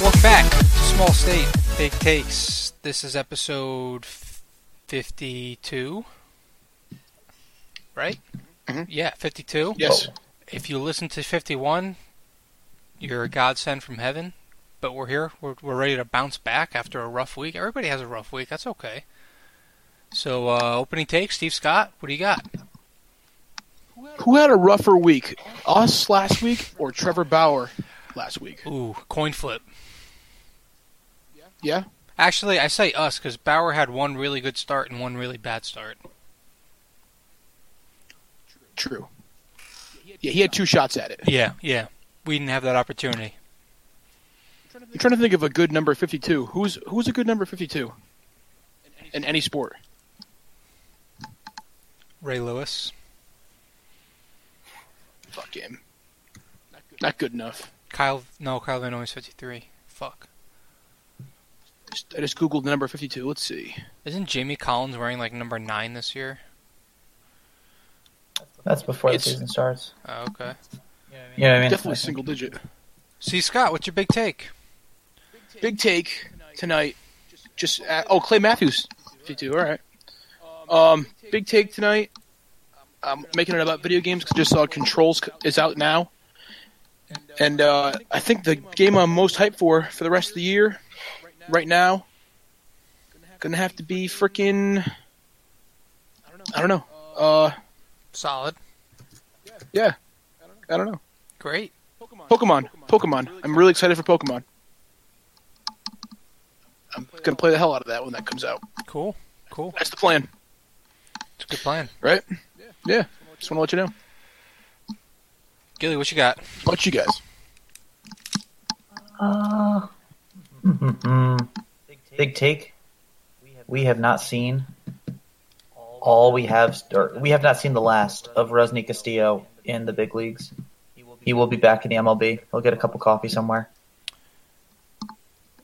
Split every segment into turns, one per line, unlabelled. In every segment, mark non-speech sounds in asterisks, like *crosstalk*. Welcome back to Small State Big Takes. This is episode 52. Right?
Mhm.
Yeah, 52.
Yes.
If you listen to 51, you're a godsend from heaven. But we're here. We're, we're ready to bounce back after a rough week. Everybody has a rough week. That's okay. So, uh, opening take, Steve Scott, what do you got?
Who had a rougher week, us last week or Trevor Bauer last week?
Ooh, coin flip.
Yeah.
Actually, I say us because Bauer had one really good start and one really bad start.
True. Yeah, he had two shots at it.
Yeah, yeah. We didn't have that opportunity.
I'm trying to think of a good number 52. Who's who's a good number 52 in any sport?
Ray Lewis.
Fuck him. Not good enough.
Kyle, no, Kyle Van Noy is 53. Fuck.
Just- I just googled the number 52. Let's see.
Isn't Jamie Collins wearing like number 9 this year?
That's before the
It's-
season starts.
Oh, okay.
You know what I mean?
Definitely single digit.
See, Scott, what's your big take?
Big take tonight. Just uh, oh, Clay Matthews, 52. All right. Um, big take tonight. I'm making it about video games because I just saw Controls c- is out now, and uh, I think the game I'm most hyped for for the rest of the year, right now, gonna have to be freaking. I don't know. Uh,
Solid.
yeah, I don't know.
Great.
Pokemon. Pokemon. I'm really excited for Pokemon. I'm gonna play the hell out of that when that comes out.
Cool. Cool.
That's the plan.
It's a good plan.
right? Yeah. Just want to let you know.
Gilly, what you got?
What you guys?
Uh, mm-mm-mm. Big take. We have not seen all we have, or we have not seen the last of Resnick Castillo in the big leagues. He will be back in the MLB. He'll get a cup of coffee somewhere.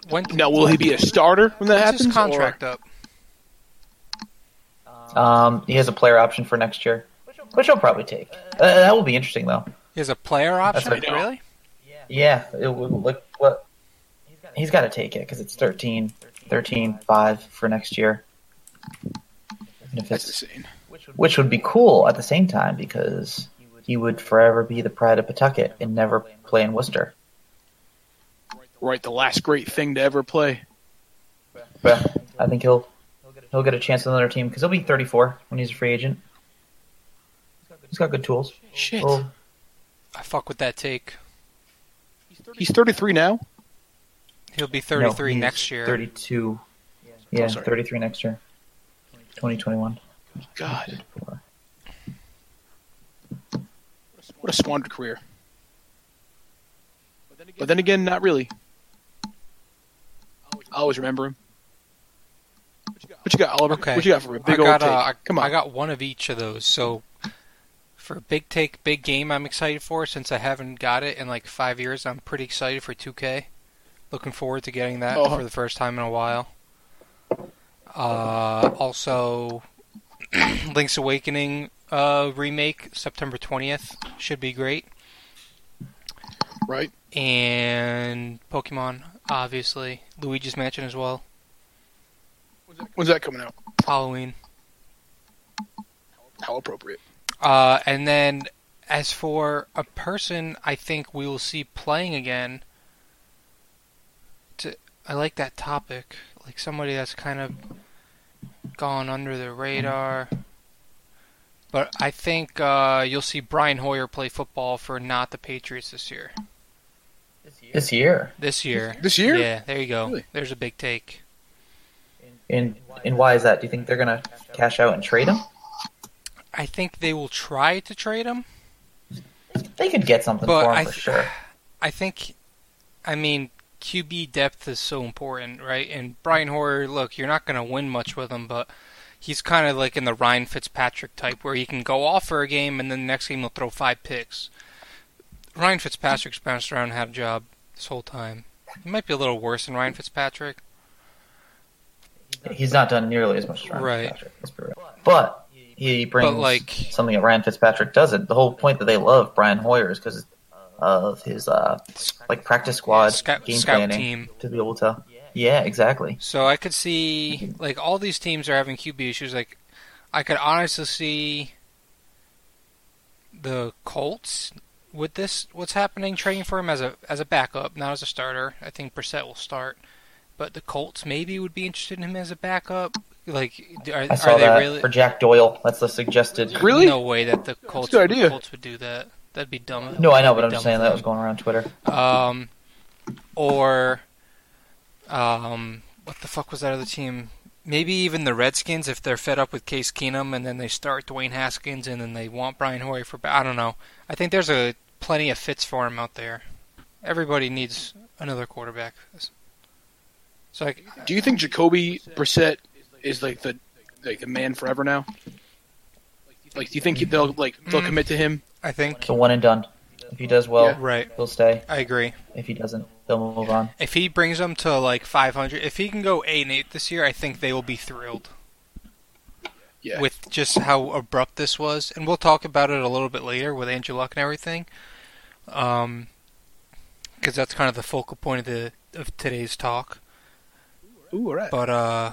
When
Now, will he be a starter when that
when's
happens?
his contract up?
Um, he has a player option for next year, which he'll probably take. Uh, that will be interesting, though.
He has a player option?
right.
Really?
Yeah, it would look what he's got to take it because it's 13, 13, 5 for next year. And if
That's
it's,
insane.
which would be cool at the same time because he would forever be the pride of Pawtucket and never play in Worcester.
Right, the last great thing to ever play.
But I think he'll he'll get a chance with another team because he'll be 34 when he's a free agent. He's got good tools. Oh,
Shit.
Oh.
He'll-
I fuck with that take.
He's 33 now.
He'll be
no,
33
he's
next year.
32. Yeah,
Oh, sorry.
33 next year. 2021.
God, what a squandered career. But then again, not really. I always remember him. What you got, Oliver?
Okay.
What you got for a big
I got,
old
uh,
take?
I-
Come on.
I got one of each of those. So for big take, big game, I'm excited for since I haven't got it in like five years. I'm pretty excited for 2K. Looking forward to getting that
Oh.
for the first time in a while. Uh, also, *clears throat* Link's Awakening uh, remake September 20th should be great,
right.
and Pokemon obviously, Luigi's Mansion as well.
When's that coming out?
Halloween.
How appropriate.
Uh, and then, as for a person, I think we will see playing again. To, I like that topic, like somebody that's kind of gone under the radar. But I think uh, you'll see Brian Hoyer play football for not the Patriots this year.
This year.
This year,
This year?
yeah, there you go.
Really?
There's a big take.
And and why is that? Do you think they're gonna cash out and trade him?
I think they will try to trade him.
They could get something
But
for him
I
for
th-
sure.
I think, I mean, QB depth is so important, right? And Brian Hoyer, look, you're not going to win much with him, but he's kind of like in the Ryan Fitzpatrick type, where he can go off for a game and then the next game he'll throw five picks. Ryan Fitzpatrick's bounced around and had a job this whole time. He might be a little worse than Ryan Fitzpatrick,
he's not done nearly as much as Ryan
Right.
Fitzpatrick. Let's be real. But he brings
But, like-
something that Ryan Fitzpatrick doesn't. The whole point that they love Brian Hoyer is because of his uh, like practice squad
scout,
game
scout
planning
team.
to be able to. Yeah, exactly.
So I could see like all these teams are having QB issues. Like I could honestly see the Colts with this what's happening trading for him as a as a backup, not as a starter. I think Brissett will start, but the Colts maybe would be interested in him as a backup. Like are,
I saw
are they
that
really?
for Jack Doyle. That's the suggested.
Really?
No way that the Colts,
good idea.
Colts would do that. That'd be dumb.
No, I know, but
That'd
I'm
be dumb
just saying
of
that
them
was going around Twitter.
um, or um, what the fuck was that other team? Maybe even the Redskins if they're fed up with Case Keenum and then they start Dwayne Haskins and then they want Brian Hoyer for. ba- I don't know. I think there's a plenty of fits for him out there. Everybody needs another quarterback. So I,
Do you think Jacoby Brissett is like the like the man forever now? Like, do you think they'll like they'll
Mm.
commit to him?
I think
So one and done. If he does well,
Yeah.
right.
he'll stay.
I agree.
If he doesn't, they'll move on.
If he brings them to like 500, if he can go eight and eight this year, I think they will be thrilled.
Yeah.
with just how abrupt this was, and we'll talk about it a little bit later with Andrew Luck and everything, because that's kind of the focal point of the of today's talk.
Ooh, all right.
But uh,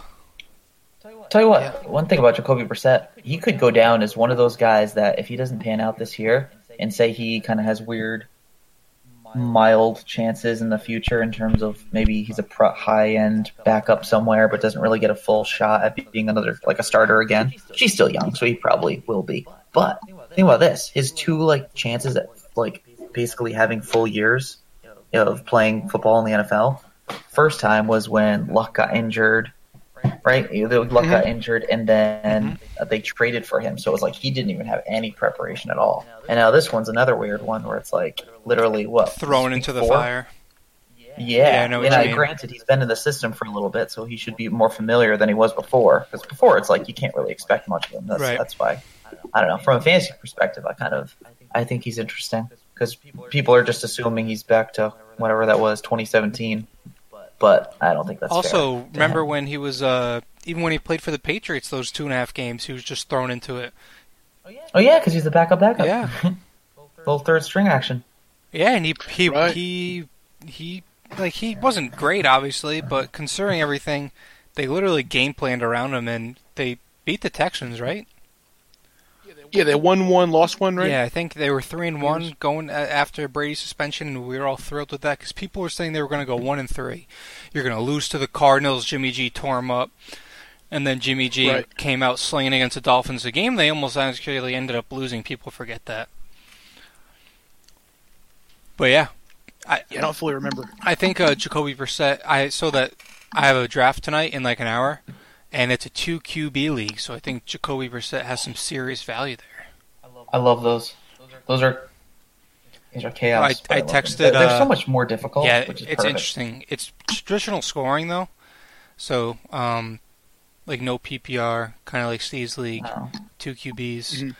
Tell you what,
Yeah.
one thing about Jacoby Brissett, he could go down as one of those guys that if he doesn't pan out this year, and say he kind of has weird, mild chances in the future in terms of maybe he's a pro- high end backup somewhere, but doesn't really get a full shot at being another like a starter again. She's still young, so he probably will be. But think about this: his two like chances at like basically having full years of playing football in the NFL. First time was when Luck got injured right? You know, Luck got injured, and then uh they traded for him. So it was like he didn't even have any preparation at all. And now this one's another weird one where it's like literally what
thrown into the
four?
fire.
Yeah,
Yeah, I know what
and
you
I,
mean.
granted he's been in the system for a little bit, so he should be more familiar than he was before. Because before it's like you can't really expect much of him. That's,
Right.
that's why I don't know. From a fantasy perspective, I kind of I think he's interesting because people are just assuming he's back to whatever that was 2017. But I don't think that's fair.
also, remember when he was uh, even when he played for the Patriots those two and a half games, he was just thrown into it.
Oh yeah, because he's the backup backup.
Yeah.
*laughs* little third string action.
Yeah, and he he
Right.
he he like he wasn't great, obviously, but considering everything, they literally game planned around him and they beat the Texans, right?
Yeah, they won one, lost one, right?
Yeah, I think they were three and one going a- after Brady's suspension, and we were all thrilled with that because people were saying they were going to go one and three. You're going to lose to the Cardinals. Jimmy G tore them up, and then Jimmy G
Right.
came out slinging against the Dolphins. The game they almost actually ended up losing. People forget that. But yeah, I
Yeah, I don't fully remember.
I think uh, Jacoby Brissett. I saw that I have a draft tonight in like an hour, and it's a two QB league, so I think Jacoby Brissett has some serious value there.
I love those. Those are these are chaos.
I- I
but love them.
texted,
They're, they're
uh,
so much more difficult.
Yeah,
Oh,
it's
which is perfect.
interesting. It's traditional scoring though, so um, like no PPR, kind of like Steve's league,
Oh.
two QBs.
Mhm.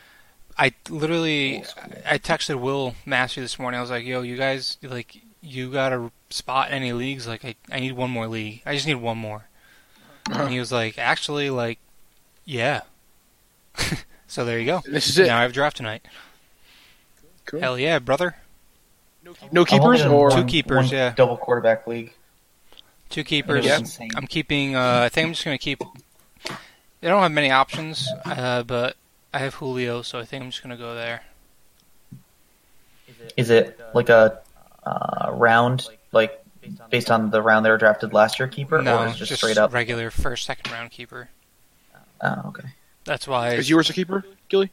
I literally, I texted Will Massey this morning. I was like, "Yo, you guys, like, you got a spot in any leagues? Like, I, I need one more league. I just need one more."
Uh-huh.
And he was like, "Actually, like, yeah." *laughs* so there you go.
This is it.
Now I have draft tonight.
Cool.
Hell yeah, brother!
No
I'm only
keepers
in
or
Two
one-
keepers,
one
yeah.
double quarterback league.
Two keepers.
It was insane.
I'm keeping. Uh, I think I'm just gonna keep. They don't have many options, uh, but I have Julio, so I think I'm just gonna go there.
Is it like a uh, round like based on the round they were drafted last year keeper,
no,
or is it just, straight up?
regular first, second round keeper.
Oh, okay.
That's why.
is yours a keeper, Gilly?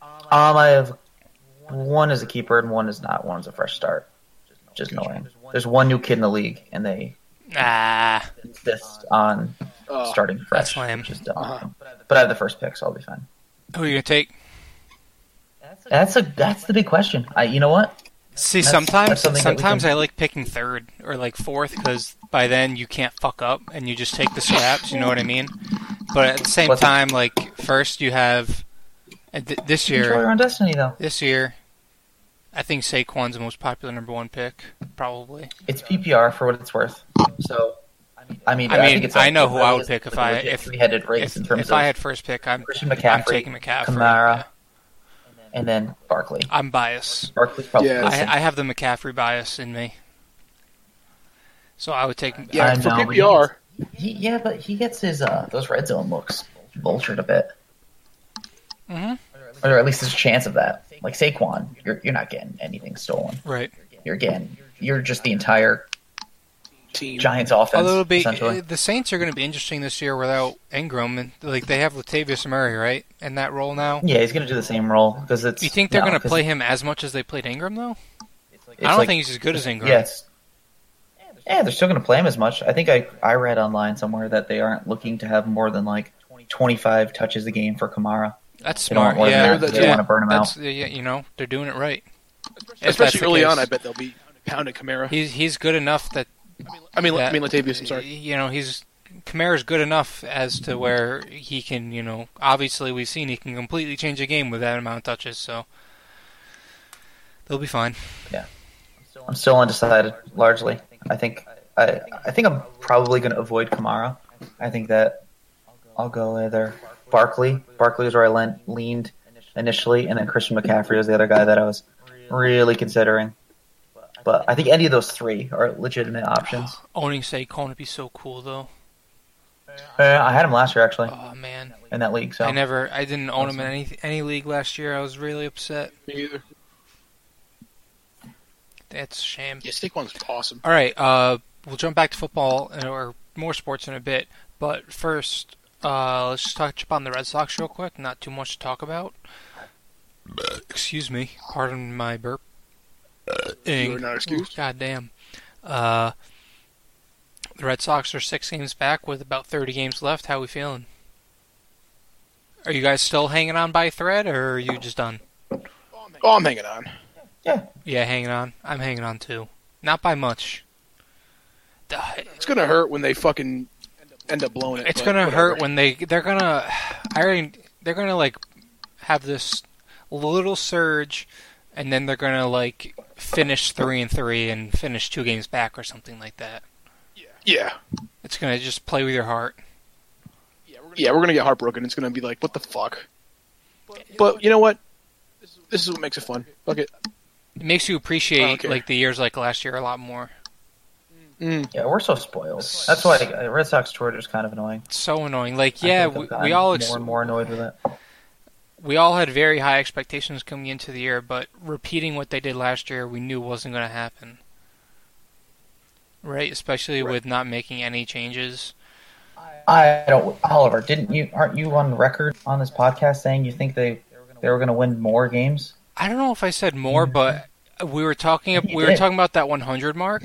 Um, I have one is a keeper and one is not. One's a fresh start. Just knowing. There's one new kid in the league, and they
Ah,
insist on
Uh,
starting fresh,
Oh, lame.
which is dumb.
Uh-huh.
But I have the first pick, so I'll be fine.
who are you gonna take?
That's a that's the big question. I you know what?
See,
That's- that's
sometimes
something that we
sometimes
can-
I like picking third or like fourth because by then you can't fuck up and you just take the scraps. You know what I mean? But at the same
What's-
time, like first you have and th- this
Control
year.
your own destiny though.
This year, I think Saquon's the most popular number one pick, probably.
It's PPR for what it's worth. So I mean,
I mean,
think it's
I know
a-
who I would
it's
pick if
a
I-
legit
if-
three-headed race
If,
in terms
if
of
I had first pick, I'm
Christian
I'm
McCaffrey,
taking McCaffrey.
Kamara,
Yeah.
and then Barkley.
I'm biased.
Barkley's probably
Yeah.
close.
I, I have the McCaffrey bias in me, so I would take.
Yeah,
I
for
know, but
PPR,
He, yeah, but he gets his uh, those red zone looks vultured a bit,
Mhm.
or at least his chance of that. Like Saquon, you're you're not getting anything stolen.
Right.
You're getting you're just the entire
team.
Giants offense.
Although it'll be
essentially.
uh, the Saints are going to be interesting this year without Ingram, and like they have Latavius Murray, right, in that role now.
yeah, he's gonna do the same role because it's.
You think they're
no,
going to
'cause
play him as much as they played Ingram, though?
it's
I don't
like-
think he's as good as Ingram.
Yeah, it's, yeah, they're still going to play him as much. I think I, I read online somewhere that they aren't looking to have more than like 25 touches a game for Kamara.
That's
They don't
smart.
want him
yeah,
out. They
yeah.
don't
wanna burn him
That's- yeah, you know, they're doing it right. If that's
Especially
the
early
case.
on, I bet they'll be pounding Kamara.
He's he's good enough that
I mean,
that-
I mean Latavius. I'm sorry.
You know, he's Kamara's good enough as to where he can, you know, obviously we've seen he can completely change a game with that amount of touches, so they'll be fine.
I'm still undecided largely. I think I I think I'm probably going to avoid Kamara. I think that I'll go either Barkley. Barkley is where I lean, leaned initially, and then Christian McCaffrey was the other guy that I was really considering. But I think any of those three are legitimate options.
Owning Saquon would be so cool though.
Uh, I had him last year actually
Oh man.
in that league. So
I never I didn't own him in any any league last year. I was really upset.
Me either.
That's a shame.
Yeah, Saquon's awesome.
All right, uh, we'll jump back to football and- or more sports in a bit, but first, uh, let's just touch upon the Red Sox real quick. Not too much to talk about. Excuse me, pardon my burp.
Uh, You are not excused.
God damn. Uh, the Red Sox are six games back with about thirty games left. How we feeling? Are you guys still hanging on by a thread, or are you just done?
Oh, I'm hanging on.
Yeah, hanging on. I'm hanging on too. Not by much. Duh,
It's gonna hurt when they fucking end up blowing it.
It's
but
gonna
whatever.
hurt when they they're gonna. *sighs* I already they're gonna like have this little surge, and then they're gonna like finish three and three and finish two games back or something like that.
Yeah,
It's gonna just play with your heart.
yeah, we're gonna get heartbroken. It's gonna be like, what the fuck? But you know what? This is what makes it fun. Fuck it.
It makes you
I
Oh,
don't
appreciate
care.
like the years like last year a lot more.
Mm.
yeah, we're so spoiled. That's why uh, Red Sox Twitter is kind of annoying.
It's so annoying. Like
I
yeah,
think I've
we, we
gotten
all ex-
more and more annoyed with it.
we all had very high expectations coming into the year, but repeating what they did last year, we knew wasn't going to happen. Right, especially with not making any changes.
I don't, Oliver. Didn't you? Aren't you on record on this podcast saying you think they they were going to win more games?
I don't know if I said more, but we were talking
You
we were
did.
talking about that 100 mark,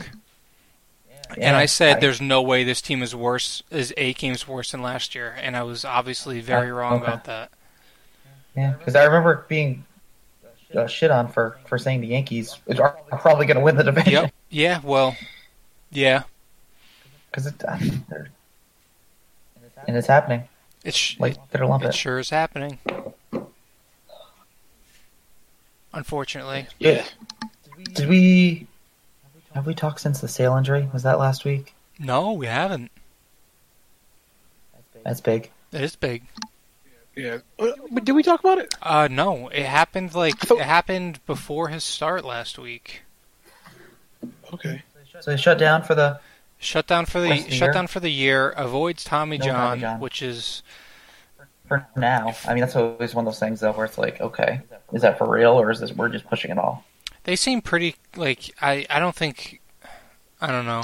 and
Yeah,
I said
I-
there's no way this team is worse is eight games worse than last year, and I was obviously very
Uh,
wrong
okay.
about that.
Yeah, because I remember being uh, shit on for for saying the Yankees are are probably going to win the division *laughs*
Yep. Yeah. Well. Yeah.
because it. I mean, they're- and it's happening.
It's
Like they're lump
it
it.
sure is happening. Unfortunately,
Yeah.
Did we? Have we talked since the sale injury? Was that last week?
no, we haven't.
That's big.
It is big.
Yeah. Uh, But did we talk about it?
Uh, no, it happened like
I thought-
it happened before his start last week.
Okay.
So they shut down for the
Shut down for the
Rest of the
shut
year?
down for the year. Avoids Tommy
No
John,
Tommy John.
which is
for now. I mean, that's always one of those things though, where it's like, okay, is that for real, or is this we're just pushing
*laughs*
it all?
they seem pretty like I I don't think I don't know.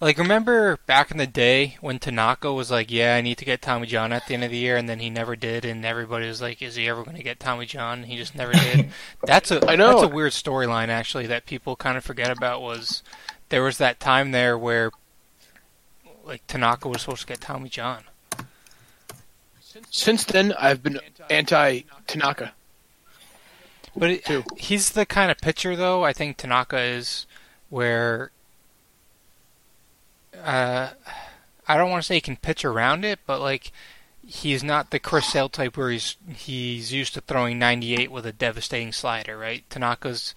Like remember back in the day when Tanaka was like, "Yeah, I need to get Tommy John at the end of the year," and then he never did, and everybody was like, "Is he ever going to get Tommy John?" And he just never
*laughs*
did. that's a
I know.
that's a weird storyline actually that people kind of forget about was there was that time there where like Tanaka was supposed to get Tommy John.
Since then, I've been anti Tanaka.
But it,
Two.
he's the kind of pitcher, though. I think Tanaka is where. Uh, I don't want to say he can pitch around it, but like he's not the Chris Sale type where he's he's used to throwing 98 with a devastating slider, right? Tanaka's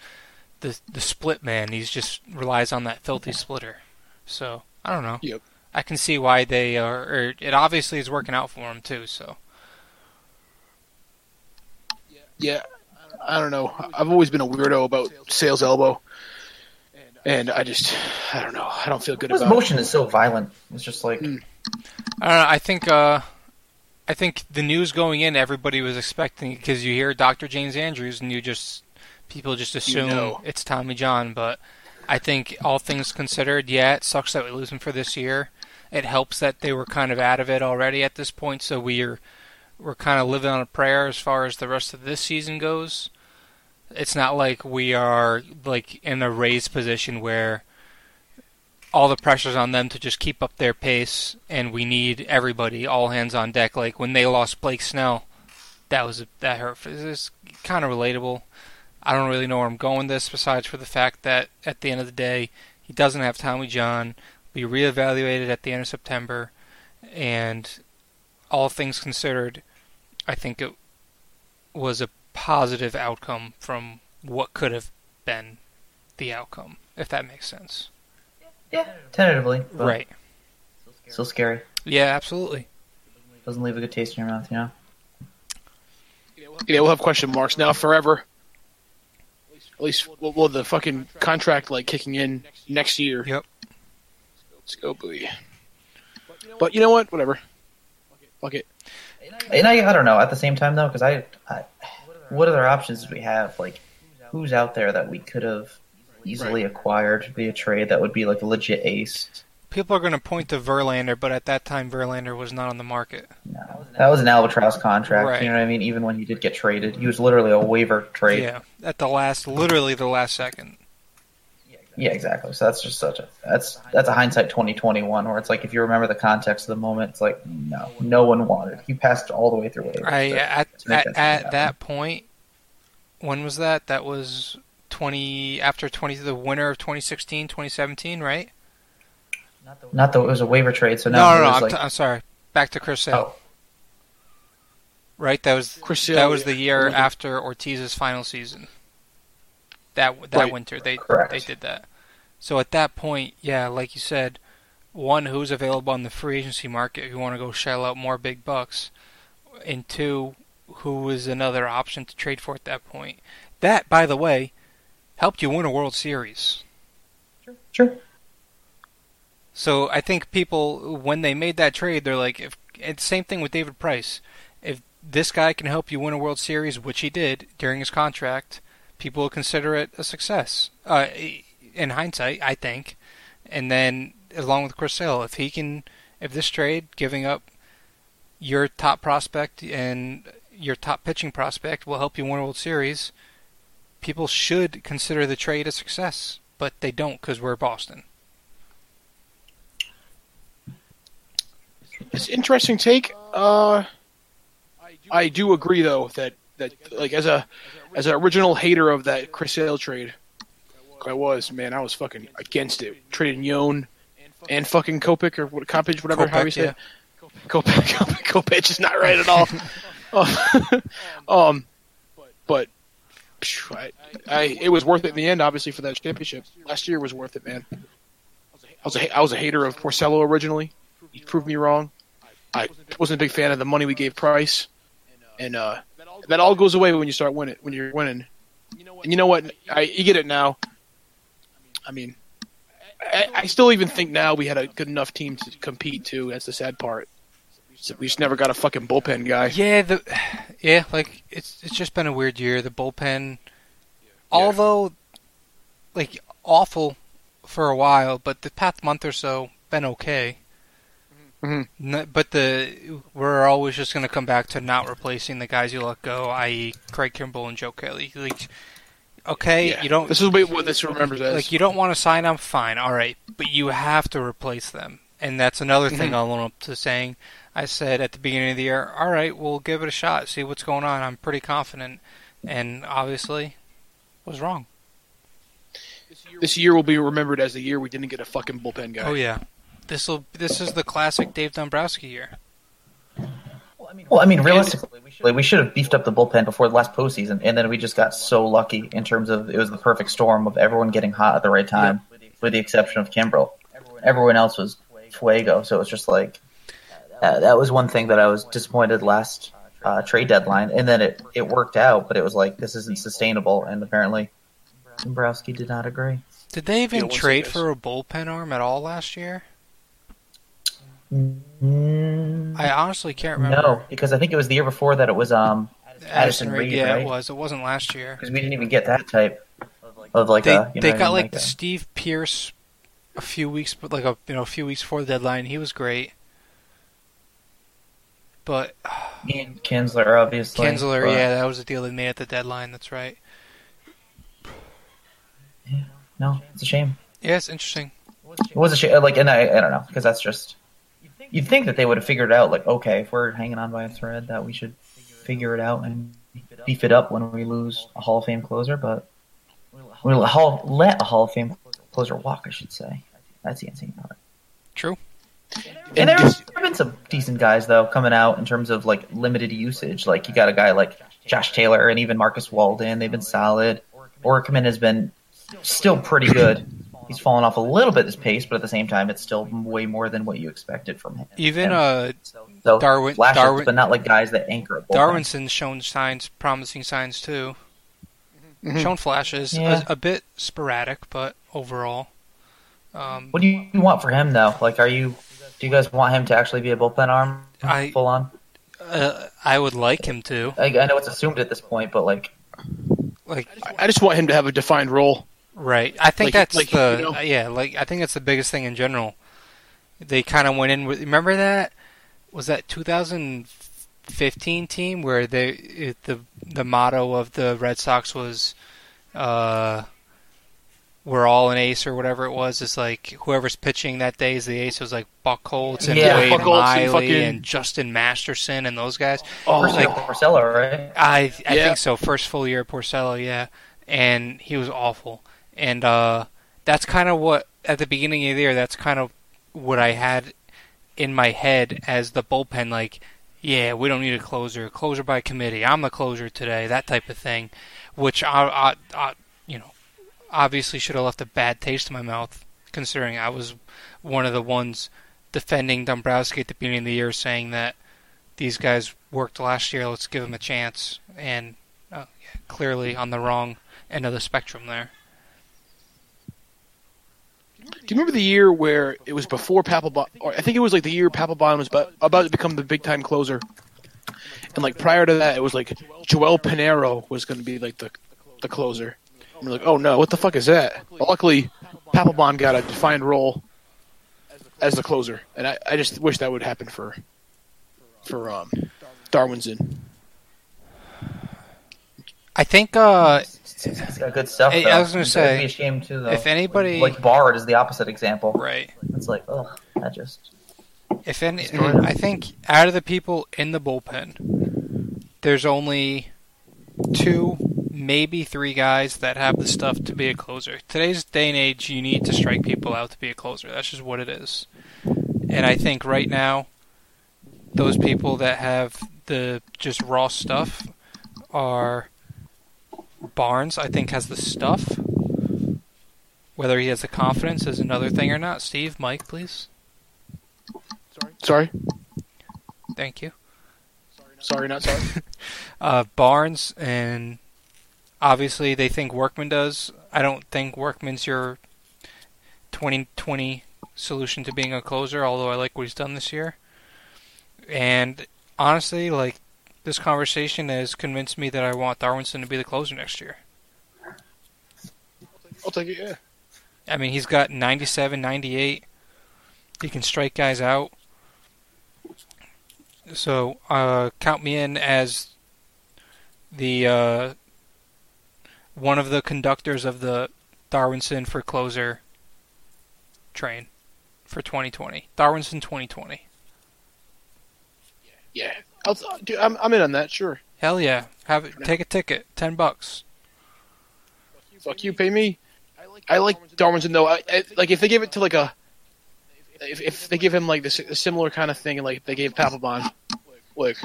the the split man. He's just relies on that filthy splitter. So I don't know.
Yep.
I can see why they are. Or it obviously is working out for him too. So
Yeah, I don't know. I've always been a weirdo about sales elbow, and I just I don't know. I don't feel good
His
about. it.
motion is so violent. It's just like
Mm.
I don't know. I think uh, I think the news going in, everybody was expecting because you hear Dr. James Andrews and you just people just assume
know.
it's Tommy John. But I think all things considered, yeah, it sucks that we lose him for this year. It helps that they were kind of out of it already at this point, so we're we're kind of living on a prayer as far as the rest of this season goes. It's not like we are like in a raised position where all the pressure's on them to just keep up their pace, and we need everybody, all hands on deck. Like when they lost Blake Snell, that was that hurt. It's kind of relatable. I don't really know where I'm going with this, besides for the fact that at the end of the day, he doesn't have Tommy John. Be reevaluated at the end of September, and all things considered, I think it was a positive outcome from what could have been the outcome, if that makes sense.
yeah, tentatively, but
Right.
Still scary.
Yeah, absolutely.
Doesn't leave a good taste in your mouth, you know.
Yeah, we'll have question marks now forever. At least, well, well the fucking contract like kicking in next year.
Yep.
Let's go, Bowie. But you know what? Whatever. Fuck it.
And I, I don't know. At the same time, though, because I, I, what other options do we have? Like, who's out there that we could have easily acquired via trade that would be like a legit ace?
People are going to point to Verlander, but at that time Verlander was not on the market.
No, that was an albatross contract.
Right.
You know what I mean? Even when he did get traded, he was literally a waiver trade.
Yeah, at the last, literally the last second.
Yeah, exactly. So that's just such a that's that's a hindsight twenty twenty one where it's like if you remember the context of the moment, it's like no, no one wanted. He passed all the way through waivers.
I
to-
at
to make
at,
that
at
happen.
that point, when was that? That was twenty after twenty the winter of 2016, 2017, right?
not though it was a waiver trade. So
No,
now
no, no.
it was
I'm,
like
t- I'm sorry. Back to Chris Sale,
oh,
right? That was
Chris uh,
that
Sale,
was
yeah.
the year after Ortiz's final season. That that
Right.
winter they
Correct.
they did that. So at that point, yeah, like you said, one who's available on the free agency market who want to go shell out more big bucks, and two who was another option to trade for at that point. That, by the way, helped you win a World Series.
sure.
So I think people, when they made that trade, they're like, if it's same thing with David Price. If this guy can help you win a World Series, which he did during his contract, people will consider it a success. Uh, in hindsight, I think. And then, along with Chris Sale, if he can, if this trade giving up your top prospect and your top pitching prospect will help you win a World Series, people should consider the trade a success. But they don't because we're Boston.
It's an interesting take. Uh, I do agree though that that like as a as an original hater of that Chris Sale trade, I was man, I was fucking against it. Trading Yon and fucking Kopech or what Kopech, whatever how you
Kopech,
say. it. Kopech, *laughs* Kopech, Kopech is not right at all. *laughs* um, but phew, I, I it was worth it in the end, obviously for that championship. Last year was worth it, man. I was a, I was a hater of Porcello originally. He proved me wrong. I wasn't a big fan of the money we gave Price, and uh, that all goes away when you start winning. When you're winning, and you know what? I you get it now. I mean, I, I still even think now we had a good enough team to compete too. That's the sad part. So we just never got a fucking bullpen guy.
Yeah, the yeah, like it's it's just been a weird year. The bullpen, although like awful for a while, but the past month or so been okay.
Mhm.
No- but the we're always just going to come back to not replacing the guys you let go, i.e., Craig Kimball and Joe Kelly. Like, okay,
Yeah.
you don't
This is what what this remembers as.
like you don't want to sign them, fine, all right, but you have to replace them, and that's another thing I'll own up to saying. I said at the beginning of the year, all right, we'll give it a shot, see what's going on. I'm pretty confident, and obviously, was wrong.
this year will be remembered as the year we didn't get a fucking bullpen guy.
Oh yeah, this will this is the classic Dave Dombrowski year.
Well, I mean, realistically, we should- we should have beefed up the bullpen before the last postseason, and then we just got so lucky in terms of it was the perfect storm of everyone getting hot at the right time, with the exception of Kimbrel. Everyone else was Fuego. So it was just like uh, that was one thing that I was disappointed last uh, trade deadline, and then it it worked out, but it was like this isn't sustainable, and apparently Dombrowski did not agree.
Did they even
Yeah, what's
trade
this?
for a bullpen arm at all last year?
Mm,
I honestly can't remember.
no, because I think it was the year before that it was um Addison
Addison Reed,
Reed,
yeah,
right?
it was. It wasn't last year.
because we didn't even get that type of like
they
a, you know
they
what I
got
mean,
like,
a-
the Steve Pierce a few weeks, but like a you know a few weeks before the deadline. He was great, but
Ian Kinsler, obviously.
Kinsler,
but
yeah, that was the deal they made at the deadline. That's right.
No, it's a shame.
Yeah, it's interesting.
It was a shame. Like, and I, I don't know, because that's just. You'd think that they would have figured out, like, okay, if we're hanging on by a thread, that we should figure it out and beef it up when we lose a Hall of Fame closer, but we let Hall- let a Hall of Fame closer walk, I should say. That's the insane part.
True.
And
And
there
just-
have been some decent guys though coming out in terms of like limited usage. Like you got a guy like Josh Taylor and even Marcus Walden. They've been solid. Orkman has been still pretty good. He's fallen off a little bit his pace, but at the same time, it's still way more than what you expected from him.
Even
him.
uh,
so
Darwin-
flashes,
Darwin-
but not like guys that anchor. a bullpen.
Darwinson's shown signs, promising signs too.
Mhm.
Shown flashes,
Yeah.
a, a bit sporadic, but overall, um,
What do you want for him though? Like, are you? Do you guys want him to actually be a bullpen arm,
I-
full on?
uh, I would like him to.
I, I know it's assumed at this point, but like,
Like,
I just want him to have a defined role.
Right. I think
Like-
that's
like,
the uh,
you know-
yeah. Like I think that's the biggest thing in general. They kind of went in with. Remember that was that 2015 team where they it, the the motto of the Red Sox was, uh, "We're all an ace" or whatever it was. It's like whoever's pitching that day is the ace. It was like Buck Holtz and
Yeah,
Wade
Buck Holtz
Miley and,
and fucking-
Justin Masterson and those guys.
Oh,
Porcello, Porcello, right?
I I
Yeah.
think so. First full year Porcello, yeah, and he was awful. And uh, that's kind of what at the beginning of the year. That's kind of what I had in my head as the bullpen. Like, yeah, we don't need a closer. Closer by committee. I'm the closer today. That type of thing, which I, I, I you know, obviously should have left a bad taste in my mouth considering I was one of the ones defending Dombrowski at the beginning of the year, saying that these guys worked last year. Let's give them a chance. And uh, yeah, clearly on the wrong end of the spectrum there.
Do you remember the year where it was before Papelbon? Or I think it was like the year Papelbon was about, about to become the big time closer, and like prior to that, it was like Joel Pinero was going to be like the the closer. And we're like, oh no, what the fuck is that? But luckily, Papelbon got a defined role as the closer, and I, I just wish that would happen for for um Darwinson.
I think uh,
He's got good stuff.
Hey,
though.
I was gonna
It'd
say,
be a shame too, though.
if anybody-
like Bard is the opposite example.
right.
It's like, ugh, that just
If any,
Sure.
I think out of the people in the bullpen, there's only two, maybe three guys that have the stuff to be a closer. Today's day and age, you need to strike people out to be a closer. That's just what it is. And I think right now, those people that have the just raw stuff are Barnes. I think has the stuff. Whether he has the confidence is another thing or not. Steve, Mike, please.
Sorry,
Thank you.
sorry, not sorry.
uh, Barnes, and obviously they think Workman does. I don't think Workman's your 2020 solution to being a closer, although I like what he's done this year. And honestly, like this conversation has convinced me that I want Darwinson to be the closer next year.
*laughs* I'll take it. Yeah.
I mean, he's got 97, 98. He can strike guys out. So uh, count me in as the uh, one of the conductors of the Darwinson for closer train for 2020. Darwinson 2020.
Yeah, I'll, dude, I'm I'm in on that. Sure.
Hell yeah! Have it, take a ticket, ten bucks.
Fuck you, pay me. I like Darwinson though. I, I, like if they give it to like a, if, if they give him like this a similar kind of thing, like they gave Papelbon, like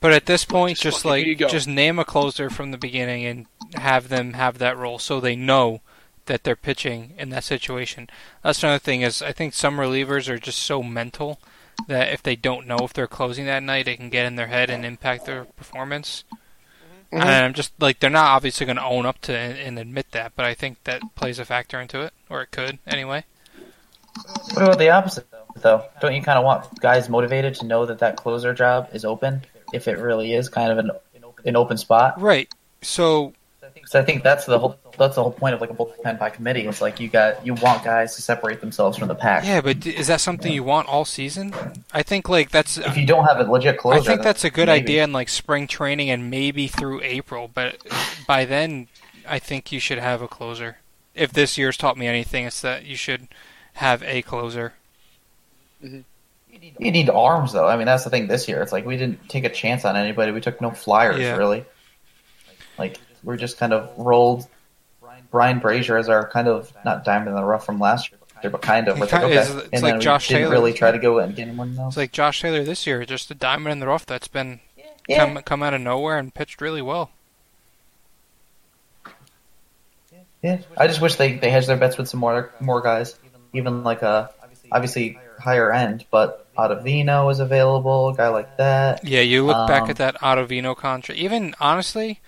But at this point,
Just
just
fucking-
like
here you go.
just name a closer from the beginning and have them have that role so they know that they're pitching in that situation. That's another thing is I think some relievers are just so mental that if they don't know if they're closing that night, it can get in their head and impact their performance.
Mhm.
And I'm just like they're not obviously going to own up to and, and admit that, but I think that plays a factor into it, or it could anyway.
What about the opposite though? Don't you kind of want guys motivated to know that that closer job is open if it really is kind of an an open spot?
Right. So
So I think that's the whole that's the whole point of like a bullpen by committee. It's like you got you want guys to separate themselves from the pack.
yeah, but d- is that something you want all season? I think like that's
If you don't have a legit closer,
I think that's a good
uh, maybe.
idea in like spring training and maybe through April, but by then I think you should have a closer. If this year's taught me anything, it's that you should have a closer.
You need arms though. I mean, that's the thing this year. It's like we didn't take a chance on anybody. We took no flyers
Yeah.
really. Like we're just kind of rolled Brian Brazier as our kind of not diamond in the rough from last year, but kind of.
He
It's like,
kinda
okay.
is- it's
and
like
then
Josh
we didn't
Taylor.
really try to go and get anyone else.
It's like Josh Taylor this year, just a diamond in the rough that's been
yeah.
come come out of nowhere and pitched really well.
Yeah, I just wish they they hedged their bets with some more more guys, even like a obviously higher end, but Ottavino is available, a guy like that.
Yeah, you look back
Um,
at that Ottavino contract. Even honestly,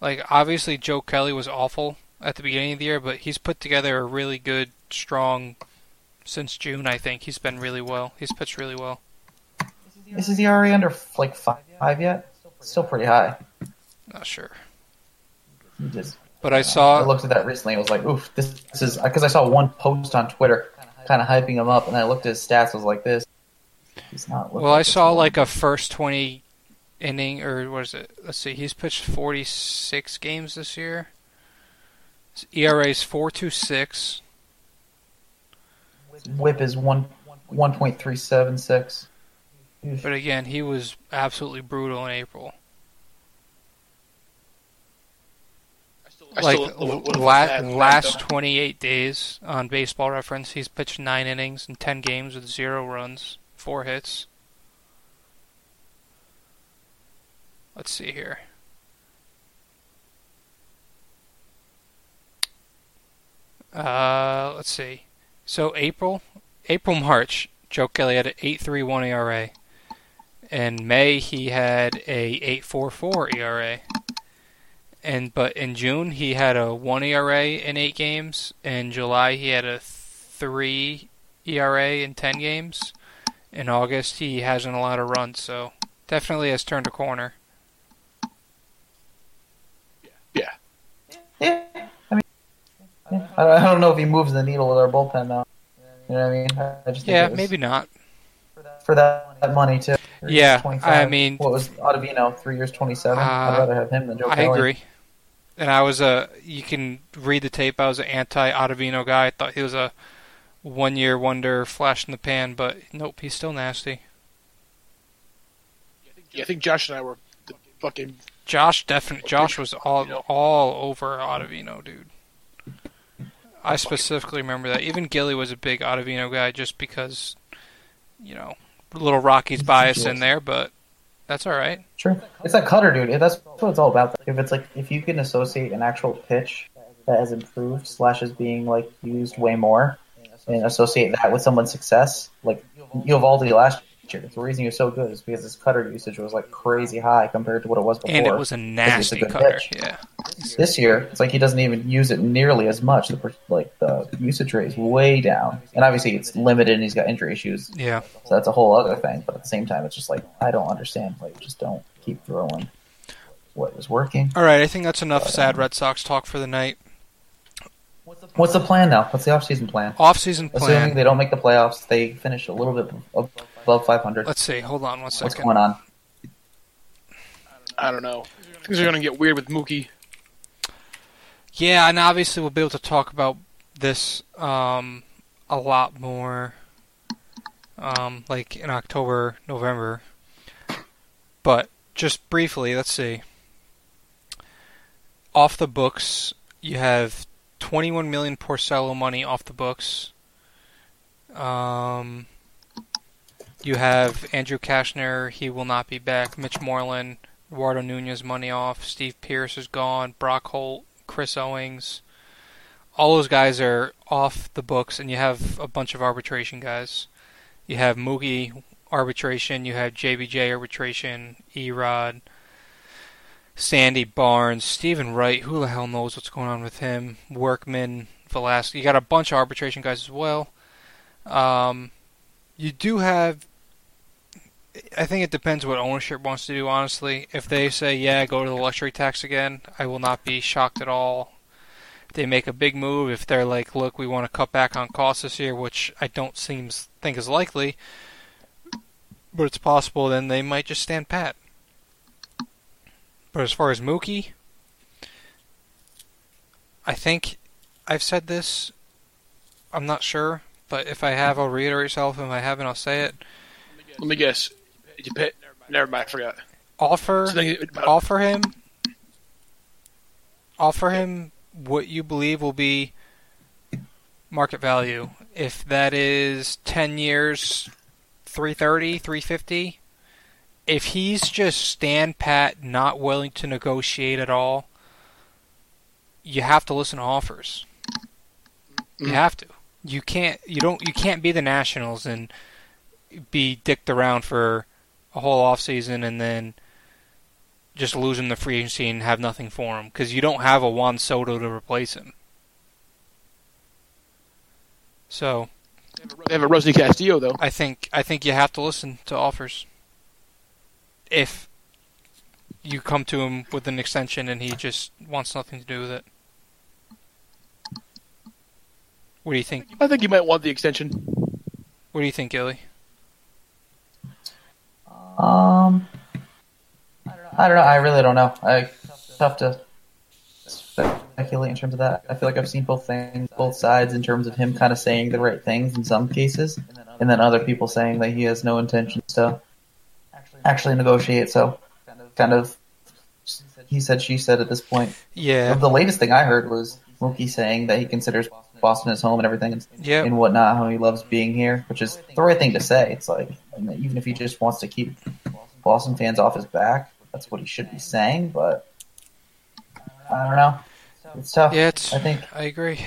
like obviously Joe Kelly was awful at the beginning of the year, but he's put together a really good, strong since June. I think he's been really well. He's pitched really well.
Is his ERA under like five, five yet? Still pretty high.
Not sure,
He just- uh,
but I
I
saw
looked at that recently. and was like, oof, this, this is because I saw one post on Twitter, kind of hyping him up, and I looked at his stats. I was like, this. He's not. looking
Well, I
like this
saw
anymore.
like a first 20 inning, or what is it? Let's see. He's pitched 46 games this year. His E ERA's 4.26.
whip is one one point three seven six.
But again, he was absolutely brutal in April.
I
like
still-
l-
what- what-
la-
that-
last 28 days on Baseball Reference, he's pitched nine innings in 10 games with zero runs, four hits. Let's see here. Uh, let's see. So April, April March, Joe Kelly had an 8.31 ERA. E In May, he had a 8.44 ERA and but in June he had a one ERA in eight games. In July he had a three ERA in ten games. In August he hasn't allowed a run, so definitely has turned a corner.
Yeah, I mean, yeah. I I don't know if he moves the needle with our bullpen now. You know what I mean? I- I just think
Yeah,
it was-
maybe not.
for that, that money too. Three
Yeah,
years, 25.
I mean-
what was Ottavino? Three years, twenty-seven.
Uh,
I'd rather have him than Joe
I
Kelly.
agree. And I was a you can read the tape. I was an anti Ottavino guy. I thought he was a one year wonder, flash in the pan, but nope, he's still nasty.
Yeah, I think Josh and I were the fucking.
Josh definitely. Josh was all all over Ottavino, dude. I specifically remember that. Even Gilly was a big Ottavino guy, just because, you know, little Rocky's bias in there, but that's all right.
Sure, it's that cutter, dude. Yeah, That's what it's all about. If it's like if you can associate an actual pitch that has improved slash is being like used way more, and associate that with someone's success, like Uvalde last year. The reason he was so good is because his cutter usage was like crazy high compared to what it was before.
And it was a nasty
good
cutter.
pitch.
Yeah,
this year it's like he doesn't even use it nearly as much the per- like the usage rate is way down and obviously it's limited and he's got injury issues
yeah.
so that's a whole other thing but at the same time it's just like i don't understand like just don't keep throwing what was working
All right, I think that's enough sad Red Sox talk for the night.
what's the plan now what's the offseason plan
Off-season
assuming
plan.
they don't make the playoffs they finish a little bit ab- above 500
Let's see. Hold on one
what's
second.
going on
I don't know. Things are gonna get weird with Mookie.
Yeah, and obviously we'll be able to talk about this um, a lot more, um, like in October, November. But just briefly, let's see. Off the books, you have 21 million Porcello money off the books. Um, you have Andrew Kashner, he will not be back. Mitch Moreland, Eduardo Nunez money off. Steve Pierce is gone. Brock Holt, Chris Owings. all those guys are off the books, and you have a bunch of arbitration guys. You have Moogie arbitration, you have JBJ arbitration, Erod, Sandy Barnes, Stephen Wright. Who the hell knows what's going on with him? Workman, Velasquez. You got a bunch of arbitration guys as well. Um, you do have. I think it depends what ownership wants to do. Honestly, if they say yeah, go to the luxury tax again, I will not be shocked at all they make a big move, if they're like, look, we want to cut back on costs this year, which I don't seems think is likely, but it's possible, then they might just stand pat. But as far as Mookie, I think I've said this. I'm not sure, but if I have, I'll reiterate myself. If I haven't, I'll say it.
Let me guess. Did you pay? Never mind. I forgot.
Offer,
So then- oh,
offer him, offer him what you believe will be market value. If that is 10 years, 330, 350, if he's just stand pat, not willing to negotiate at all, you have to listen to offers. You
Mm.
have to. You can't you don't you can't be the Nationals and be dicked around for a whole off season and then just lose him to free agency and have nothing for him because you don't have a Juan Soto to replace him. So
They have a Rosny Castillo though.
I think I think you have to listen to offers. If you come to him with an extension and he just wants nothing to do with it, what do you think?
I think you might want the extension.
What do you think, Gilly?
Um, I don't know. I really don't know. I tough to speculate in terms of that. I feel like I've seen both things, both sides, in terms of him kind of saying the right things in some cases, and then other people saying that he has no intentions to actually negotiate. So, kind of, he said, she said at this point.
Yeah,
The latest thing I heard was Mookie saying that he considers Boston his home and everything, and
yeah.
and whatnot, how he loves being here, which is the right thing to say. It's like I mean, even if he just wants to keep Boston fans off his back, that's what he should be saying. But I don't know. It's tough.
Yeah, it's-
I think
I agree.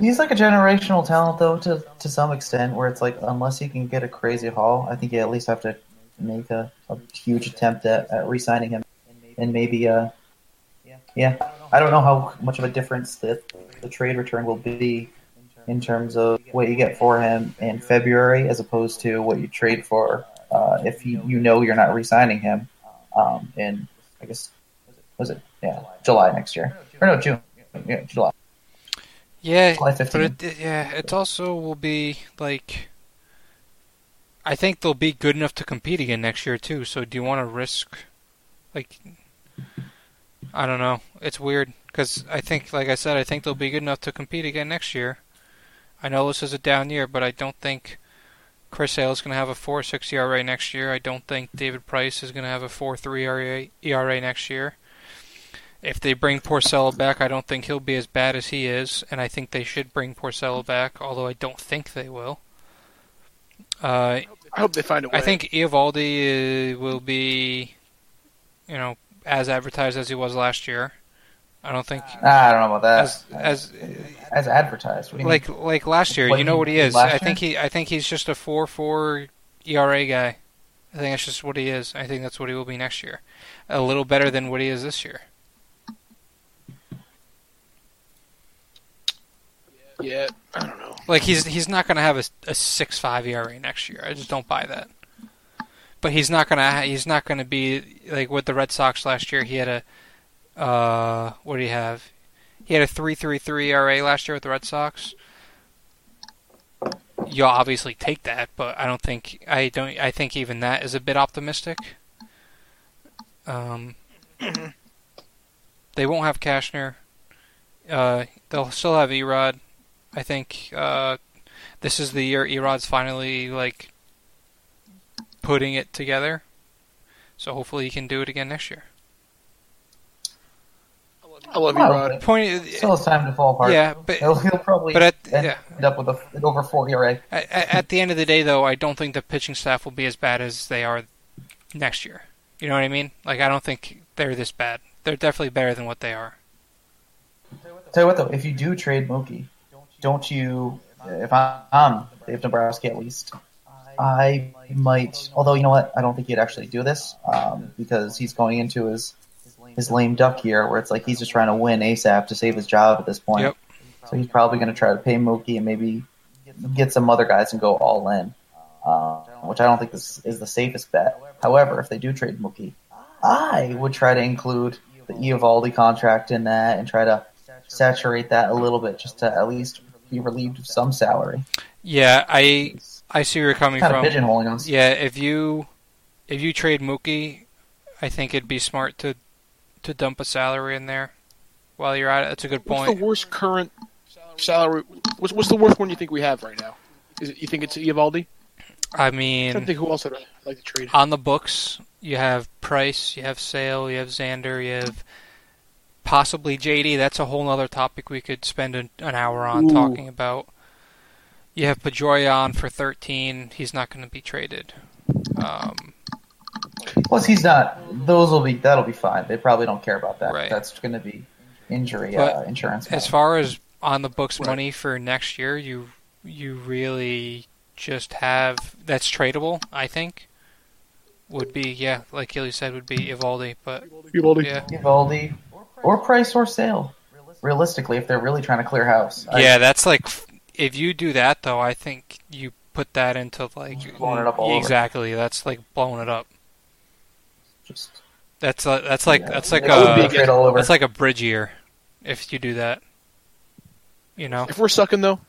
he's like a generational talent, though, to to some extent, where it's like unless he can get a crazy haul, I think you at least have to make a, a huge attempt at, at re-signing him, and maybe uh, yeah, I don't know how much of a difference that the trade return will be in terms of what you get for him in February as opposed to what you trade for uh, if you, you know you're not re-signing him um, in I guess was it yeah July next year or no June yeah, July
Yeah,
July
But
15th.
it, it- yeah, it also will be like. I think they'll be good enough to compete again next year too. So do you want to risk, like, I don't know. It's weird because I think, like I said, I think they'll be good enough to compete again next year. I know this is a down year, but I don't think Chris Sale is going to have a four six ERA next year. I don't think David Price is going to have a four three ERA ERA next year. If they bring Porcello back, I don't think he'll be as bad as he is, and I think they should bring Porcello back, although I don't think they will. Uh,
I hope they find a way.
I think Eovaldi uh, will be, you know, as advertised as he was last year. I don't think
Ah, I don't know about that
as as
As advertised what do you
like like last year.
What
You know
he
what he
did
is.
last
I think he I think he's just a four four ERA guy. I think that's just what he is. I think that's what he will be next year. A little better than what he is this year.
Yeah, I don't know.
Like he's he's not going to have a, a six five ERA next year. I just don't buy that. But he's not going to he's not going to be like with the Red Sox last year. He had a uh, what do you have? He had a three three three ERA last year with the Red Sox. You'll obviously take that, but I don't think I don't I think even that is a bit optimistic. Um, they won't have Cashner. Uh, they'll still have Erod. I think uh, this is the year Erod's finally like putting it together. So hopefully he can do it again next year.
I love you,
Probably.
Rod.
Point,
Oh, still has time to fall apart
yeah, but
he'll, he'll probably
but at
end
yeah,
up with a, an over four ERA
at, at the end of the day though, I don't think the pitching staff will be as bad as they are next year. You know what I mean? Like I don't think they're this bad. They're definitely better than what they are.
Tell you what though, if you do trade Mookie, don't you? If I'm um, Dave Dombrowski, at least I might. Although you know what, I don't think he'd actually do this um, because he's going into his his lame duck year, where it's like he's just trying to win ASAP to save his job at this point.
Yep.
So he's probably going to try to pay Mookie and maybe get some other guys and go all in, uh, which I don't think this is the safest bet. However, if they do trade Mookie, I would try to include the Eovaldi contract in that and try to saturate that a little bit just to at least be relieved of some salary.
Yeah, I I see where you're coming
Kind of
from.
pigeonholing us.
Yeah, if you if you trade Mookie, I think it'd be smart to to dump a salary in there while you're at it. That's a good
What's
point.
the worst current salary? What's, what's the worst one you think we have right now? Is it, you think it's Ivaldi?
I
I don't
mean,
think who else I'd like to trade.
on the books, you have Price, you have Sale, you have Xander, you have possibly JD. That's a whole other topic we could spend an, an hour on
Ooh.
talking about. You have Pedroia on for 13. He's not going to be traded. Um,
Plus, he's not. Those will be. That'll be fine. They probably don't care about that.
Right.
That's going to be injury uh,
But
insurance.
as far as on the books
Right.
money for next year, you you really just have that's tradable. I think would be yeah, like Gilly said, would be Ivaldi. But
Ivaldi.
yeah,
Evaldi or Price or Sale. Realistically, if they're really trying to clear house, I-
yeah, that's like f- if you do that though, I think you put that into like
Blowing it up all over.
exactly. That's like blowing it up.
just
That's a, that's like
Yeah.
that's like
That would be
a
a good-
trade all over.
that's like a bridge year if you do that. You know,
If we're sucking though,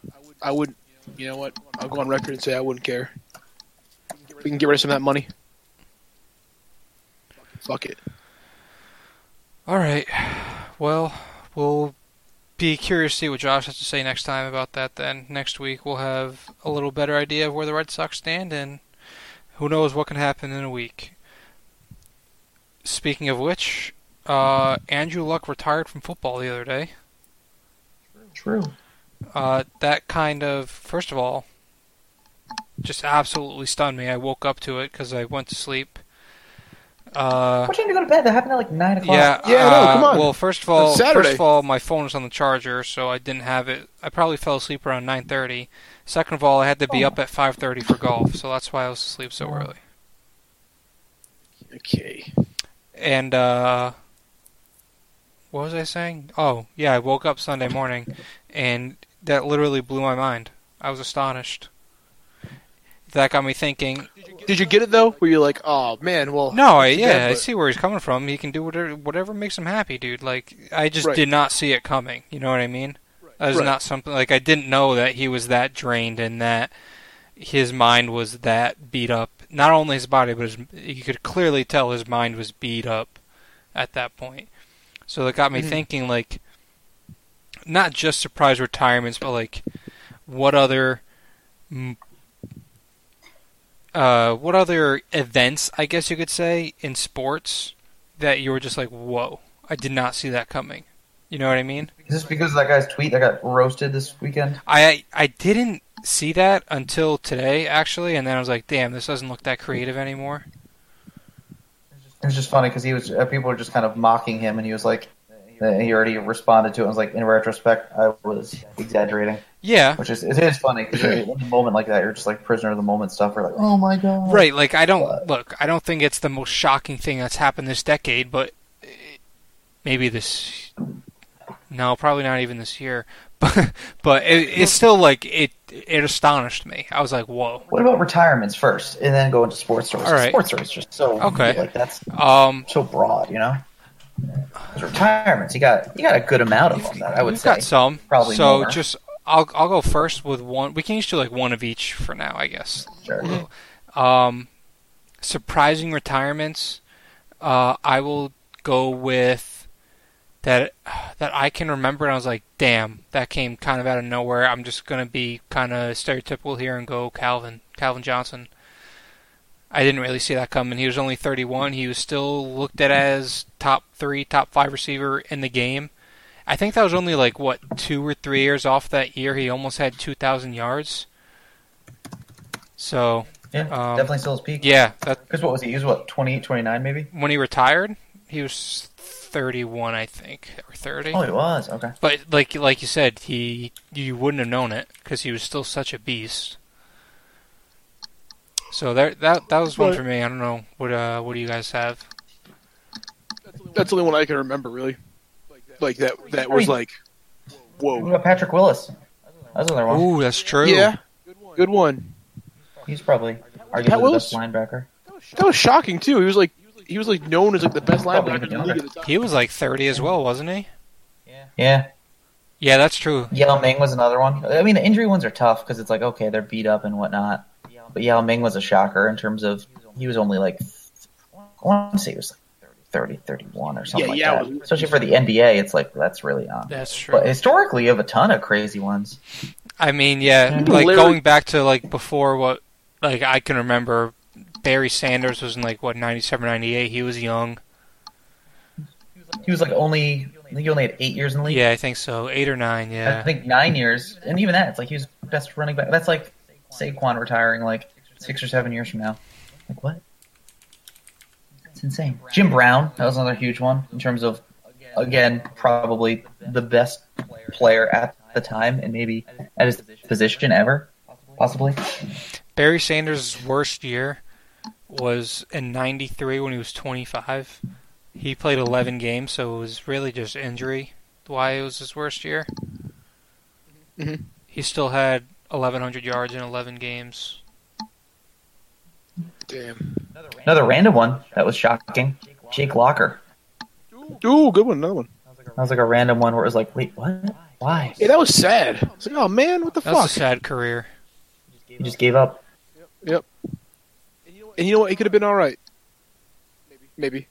I would. You know what? I'll go on record and say I wouldn't care. We can get rid of some of that money. Fuck it.
All right. Well, we'll be curious to see what Josh has to say next time about that. Then next week we'll have a little better idea of where the Red Sox stand, and who knows what can happen in a week. Speaking of which, uh, Andrew Luck retired from football the other day.
true.
Uh, that kind of, first of all, just absolutely stunned me. I woke up to it because I went to sleep. Uh,
What time did you go to bed? That happened at like nine o'clock.
Yeah,
Yeah,
uh,
no, come on.
Well, first of all,
It's Saturday.
first of all, my phone was on the charger, so I didn't have it. I probably fell asleep around nine thirty. Second of all, I had to be
Oh.
up at five thirty for golf, so that's why I was asleep so early.
Okay.
And uh, what was I saying? Oh, yeah, I woke up Sunday morning, and that literally blew my mind. I was astonished. That got me thinking.
Did you get it though? Were you like, oh man, well,
No, I,
it's too
yeah,
bad,
I
but-
see where he's coming from. He can do whatever whatever makes him happy, dude. Like I just
Right.
did not see it coming. You know what I mean? That was
Right.
not something like I didn't know that he was that drained and that his mind was that beat up. Not only his body, but his, you could clearly tell his mind was beat up at that point. So that got me
Mhm.
thinking, like, not just surprise retirements, but like, what other m- uh, what other events, I guess you could say, in sports that you were just like, whoa, I did not see that coming. You know what I mean?
Is this because of that guy's tweet that got roasted this weekend?
I I didn't see that until today, actually, and then I was like, damn, this doesn't look that creative anymore.
It was just funny because he was. uh, People were just kind of mocking him, and he was like, uh, he already responded to it. and was like, in retrospect, I was exaggerating,
Yeah,
which is it is funny because in a moment like that, you're just like prisoner of the moment stuff. We're like, oh my god,
right. Like I don't
But-
look. I don't think it's the most shocking thing that's happened this decade, but eh, maybe this. No, probably not even this year. *laughs* But but it, it's still like it. It astonished me. I was like, whoa.
What about retirements first, and then go into sports stories?
All right.
Sports stories just so
Okay.
like that's
Um,
so broad, you know. 'Cause retirements, you got you got a good amount of them. That I would
We've
say.
got some.
Probably
so
more.
just I'll I'll go first with one. We can each do like one of each for now, I guess.
Sure.
Um, surprising retirements. Uh, I will go with that that I can remember, and I was like, damn, that came kind of out of nowhere. I'm just gonna be kind of stereotypical here and go Calvin Calvin Johnson. I didn't really see that coming. He was only 31. He was still looked at as top three, top five receiver in the game. I think that was only like what two or three years off that year. He almost had 2,000 yards. So
Yeah,
Um,
definitely still his peak.
yeah, that
Because what was he? He was what 28, 29 maybe.
when he retired, He was 31, I think, or 30.
Oh, he was okay.
But like like you said, he you wouldn't have known it because he was still such a beast. So there that that was one for me. I don't know what uh what do you guys have?
That's the only one I can remember really. Like that that was like,
We
whoa.
got Patrick Willis. That's another one.
Oh. Ooh, that's true.
Yeah, good one.
He's probably arguably
Pat
the best
Willis?
linebacker.
That was shocking too. He was like he was like known as like the best
Probably
linebacker in the
younger.
league at the time.
He was like 30 as well, wasn't he?
Yeah,
Yeah, that's true.
Yao Ming was another one. I mean, the injury ones are tough because it's like okay, they're beat up and whatnot. But Yao Ming was a shocker in terms of he was only like I want to say he was like 30, 31 or something
Yeah,
like
Yao
that.
was-
Especially for the NBA, it's like that's really on.
That's true.
But historically, you have a ton of crazy ones.
I mean, yeah,
Yeah.
like
Larry-
going back to like before what like I can remember Barry Sanders was in like what 97 98, he was young.
He was like only I think he only had eight years in the league.
Yeah, I think so. 8 or 9,
I
yeah.
think nine years, and even that, it's like he was best running back. That's like Saquon retiring like six or seven years from now. Like what? It's insane. Jim Brown, that was another huge one in terms of, again, probably the best player at the time, and maybe at his position ever, possibly.
Barry Sanders' worst year was in 93 when he was 25. He played 11 games, so it was really just injury why it was his worst year.
Mhm.
He still had 1,100 yards in 11 games.
Damn.
Another random one that was shocking. Jake Locker.
Ooh, good one. Another one.
That was like a random one where it was like, wait, what? Why?
Yeah, that was sad. It's like, oh man, what the
That's a
fuck?
sad career.
He just gave up.
And you know what? He could have been all right. Maybe.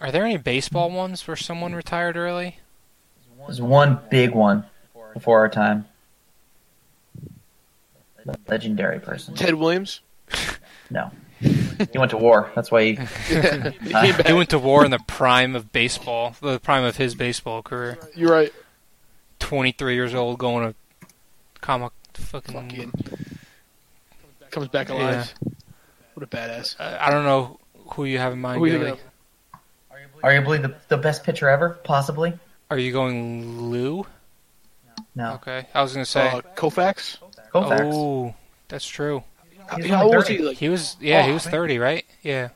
Are there any baseball ones where someone retired early?
There's one big one before our time. Legendary person.
Ted Williams. *laughs*
No. He went to war. That's why he.
Yeah, he
*laughs*
came
He
back.
went to war in the prime of baseball, the prime of his baseball career.
You're right.
23 years old, going to comic fucking.
Fucking comes back alive. What a badass.
Uh, I don't know who you have in mind.
Who you
Gilly.
got?
Arguably the, the best pitcher ever, possibly.
Are you going Lou?
No.
Okay, I was gonna say.
Uh, Koufax.
Koufax.
oh, that's true.
He's
How old
only
was he?
30.
Like,
He was yeah, he
Oh,
was
man.
thirty, right? Yeah,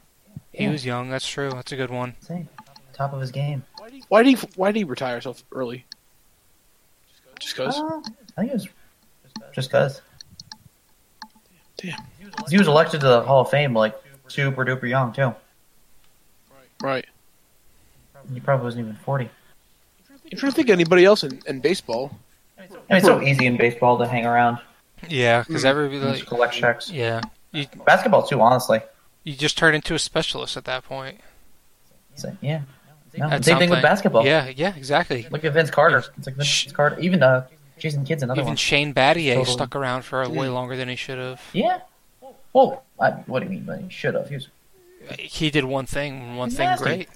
he
Yeah.
was young. That's true. That's a good one.
Insane. Top of his game.
why did he? Why did he retire so early? Just cause.
Uh, I think it was just because.
Damn.
He was elected to the Hall of Fame like super duper young, too.
Right.
He probably wasn't even 40.
I'm trying to think of anybody else in, in baseball.
I mean, it's so easy in baseball to hang around
Yeah, because
Mm.
every
and
like,
just collect checks.
yeah, you
Basketball, too, honestly.
you just turn into a specialist at that point.
So, yeah. No,
At
same thing with
something.
basketball.
Yeah, yeah, exactly.
Look at Vince Carter. It's like Vince
Shh.
Carter. Even uh, Jason Kidd's another
Even
one.
Shane Battier
Totally. Mm.
stuck around for way longer than he should have.
Yeah. Well, I, what do you mean? But he should have. He was
He did one thing, one thing
Nasty.
great.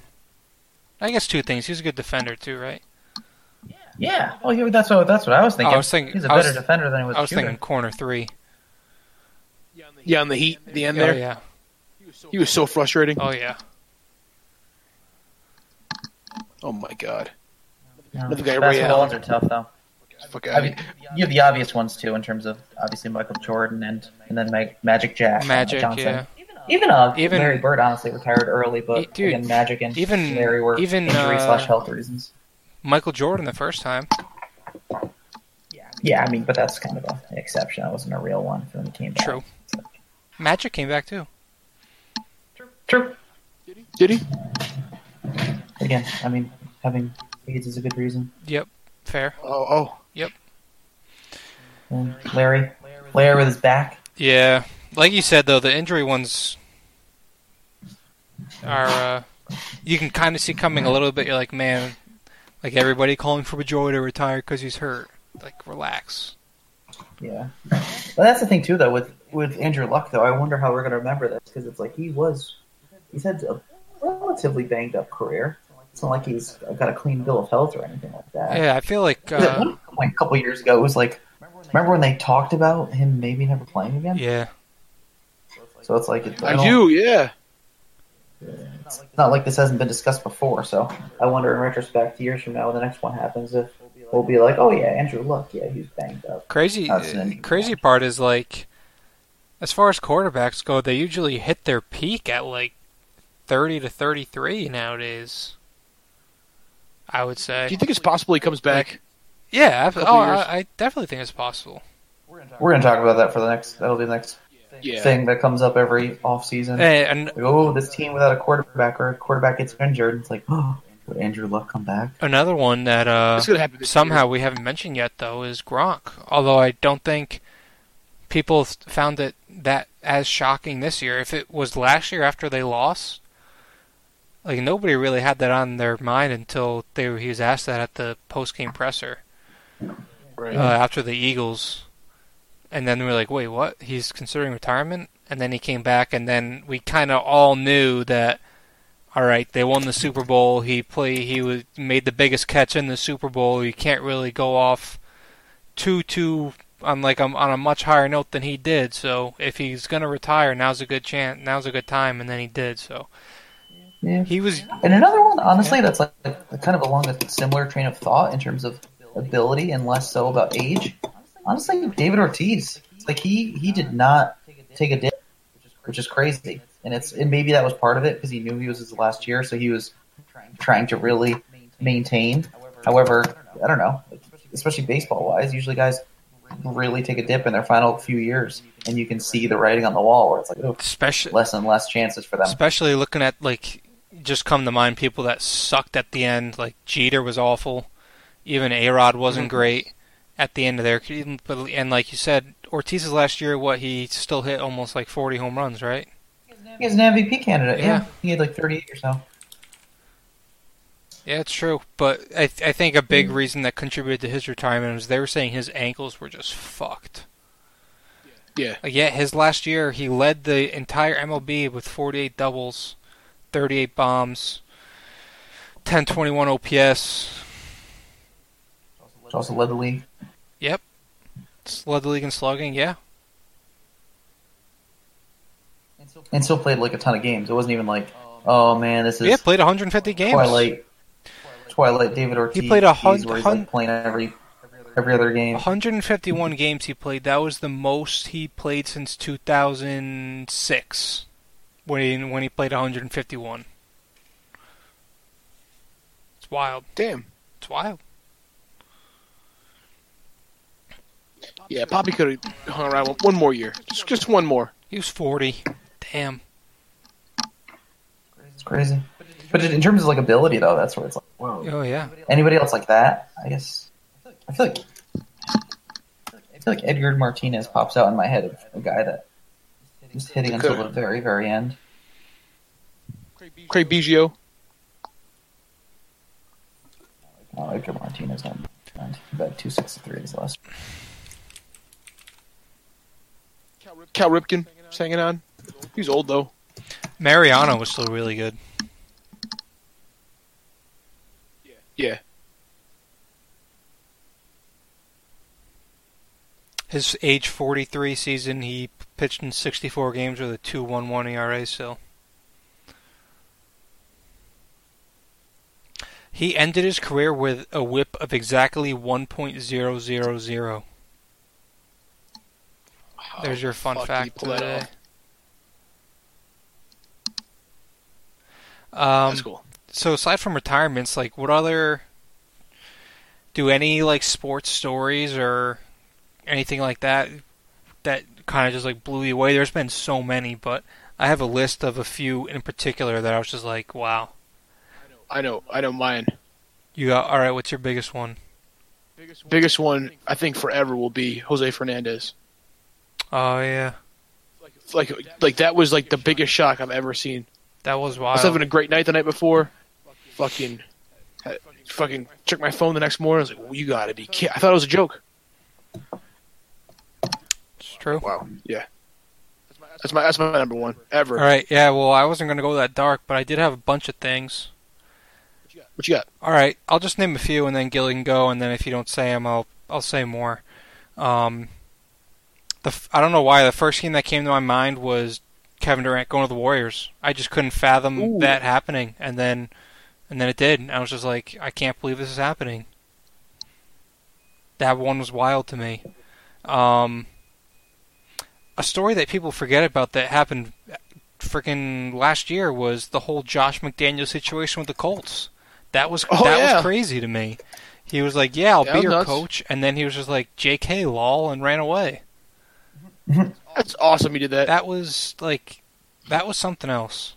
I guess two things. He was a good defender too, right?
Yeah. Well, he, that's what that's what I was thinking.
I was thinking-
he's a
I was-
better defender than he was.
I was
shooter.
thinking corner three.
Yeah, on the Heat, the end
Oh
there.
yeah,
He was so frustrating.
oh yeah.
Oh my god.
No.
Another guy, Ray
Basketball
Allen.
ones are tough though.
Fuck
I
out.
mean, you have the obvious ones too, in terms of obviously Michael Jordan and and then Mag- Magic Jack, uh,
Magic,
Johnson.
yeah.
Even uh,
Even-
Larry Bird honestly retired early, but
Eh, dude,
again, Magic and
even-
Larry were
even,
injury
uh,
slash health reasons.
Michael Jordan the first time.
Yeah, I mean, but that's kind of a, an exception. That wasn't a real one for when he came back.
True. Magic came back too.
True.
Did he?
Again, I mean, having AIDS is a good reason.
Yep, fair.
Oh, oh.
And Larry, Larry with his back.
Yeah, like you said though, the injury ones are uh, you can kind of see coming a little bit. You're like, man, like everybody calling for Bajoy to retire because he's hurt. Like, relax.
Yeah, but that's the thing too, though, with with Andrew Luck, though. I wonder how we're going to remember this because it's like he was, he's had a relatively banged up career. It's not like he's got a clean bill of health or anything like that.
Yeah, I feel like
'Cause at
uh,
one point, a couple years ago, it was like, remember when they talked about him maybe never playing again?
yeah, oh.
So it's like, it's,
I do, yeah.
it's not like this hasn't been discussed before. So I wonder, in retrospect, years from now, when the next one happens, if we'll be like, "Oh yeah, Andrew Luck, yeah, he's banged up."
Crazy, uh,
That's an interesting
crazy
one.
part is like, as far as quarterbacks go, they usually hit their peak at like thirty to thirty-three nowadays. I would
Do
say,
you think it's possible he comes back?
yeah. ab-
couple
Oh,
years?
I, I definitely think it's possible.
We're gonna talk about that for the next. That'll be the next
Yeah.
thing that comes up every offseason.
Eh, And
Like, oh, this team without a quarterback or a quarterback gets injured. It's like, *gasps* oh, would Andrew Luck come back?
another one that uh,
It's gonna happen this
somehow we haven't mentioned yet, though, is Gronk. Although I don't think people th- found it that as shocking this year. If it was last year after they lost, like nobody really had that on their mind until they were, he was asked that at the post game presser
Year.
uh, after the Eagles, and then we were like, "Wait, what? He's considering retirement?" And then he came back, and then we kind of all knew that. All right, they won the Super Bowl. He play. He was made the biggest catch in the Super Bowl. You can't really go off too too on like um, on a much higher note than he did. So if he's gonna retire, now's a good chance. Now's a good time, and then he did. So
Yeah.
he was
And another one, honestly, that's like like, kind of along a similar train of thought in terms of ability and less so about age. Honestly, David Ortiz, It's like he he did not take a dip, which is crazy. And it's and maybe that was part of it because he knew he was his last year, so he was trying to really maintain. However, I don't know, especially baseball wise, usually guys really take a dip in their final few years, and you can see the writing on the wall where it's like oh,
especially
less and less chances for them.
Especially looking at like just come to mind people that sucked at the end. Like Jeter was awful. Even A Rod wasn't great at the end of their. but- And like you said, Ortiz's last year, what he still hit almost like forty home runs, right?
He was an MVP candidate.
Yeah.
yeah. he had like 38 or so.
Yeah, it's true. But I th- I think a
Hmm.
big reason that contributed to his retirement was they were saying his ankles were just fucked.
Yeah.
Like, yeah, his last year he led the entire MLB with 48 doubles, 38 bombs, 1021 OPS.
Which also led the league.
Led the league in slugging, yeah.
And still played like a ton of games. It wasn't even like, oh man, this
yeah,
is
played 150 games.
Twilight. Twilight David Ortiz.
played a hun-
where he's,
hun-
like, playing every every other game.
151 games he played. That was the most he played since 2006, when he, when he played 151. It's wild.
Damn.
It's wild.
Yeah, Poppy could have hung around one- one more year. Just just one more.
He was 40. Damn.
It's crazy. But in terms of like ability though, that's where it's like, whoa.
Oh yeah.
Anybody else like that? I guess. I feel like. I feel like Edgar Martinez pops out in my head, of a guy that was hitting until the very, very end.
Craig Biggio.
Oh, Edgar Martinez went about two sixty three his last.
Cal Ripken was hanging on. He's old though.
Mariano was still really good.
Yeah.
His age 43 season, he pitched in 64 games with E a 2.11 ERA. Still, he ended his career with a WHIP of exactly 1.000.
Wow.
There's your fun
Oh, fuck, he
fact
pulled that
today.
off.
Um,
That's cool.
so aside from retirements, like what other do any like sports stories or anything like that that kind of just like blew you away? There's been so many, but I have a list of a few in particular that I was just like, wow.
I know. I know mine.
You got all right. What's your biggest one?
Biggest one I think forever will be Jose Fernandez.
Oh yeah,
Like like that was like the biggest shock I've ever seen.
that was
I
wild.
was having a great night the night before. Fucking, I- fucking checked my phone the next morning. I was like, "You gotta be kidding!" I thought it was a joke.
It's true.
Wow. Yeah. That's my that's my number one ever.
All right. Yeah. Well, I wasn't gonna go that dark, but I did have a bunch of things.
What you got?
All right, I'll just name a few, and then Gilly can go, and then if you don't say them, I'll I'll say more. Um, the f- I don't know why the first game that came to my mind was Kevin Durant going to the Warriors. I just couldn't fathom
Ooh.
that happening, and then and then it did. And I was just like, I can't believe this is happening. That one was wild to me. Um, a story that people forget about that happened freaking last year was the whole Josh McDaniel situation with the Colts. That was
Oh,
that
yeah.
was crazy to me. He was like, "Yeah, I'll
That
be
was
your
nuts.
coach," and then he was just like, "JK, lol," and ran away.
That's awesome. You did that.
That was like, that was something else.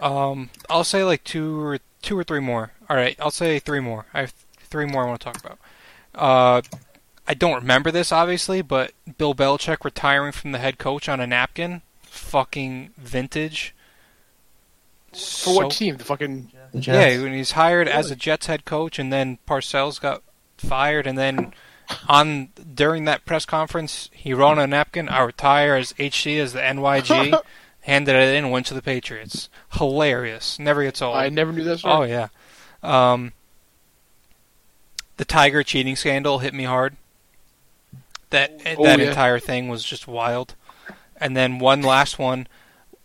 Um, I'll say like two or two or three more. All right, I'll say three more. I have three more I want to talk about. Uh, I don't remember this obviously, but Bill Belichick retiring from the head coach on a napkin, fucking vintage.
For what team? The fucking
The Jets.
Yeah, when he's hired as a Jets head coach, and then Parcells got fired, and then on during that press conference, he wrote on a napkin, "I retire as HC as the NYG," handed it in, went to the Patriots. Hilarious. Never gets old.
I never knew that.
Oh
story.
yeah. Um, the Tiger cheating scandal hit me hard. That eh,
Oh,
that
yeah.
entire thing was just wild. And then one last one.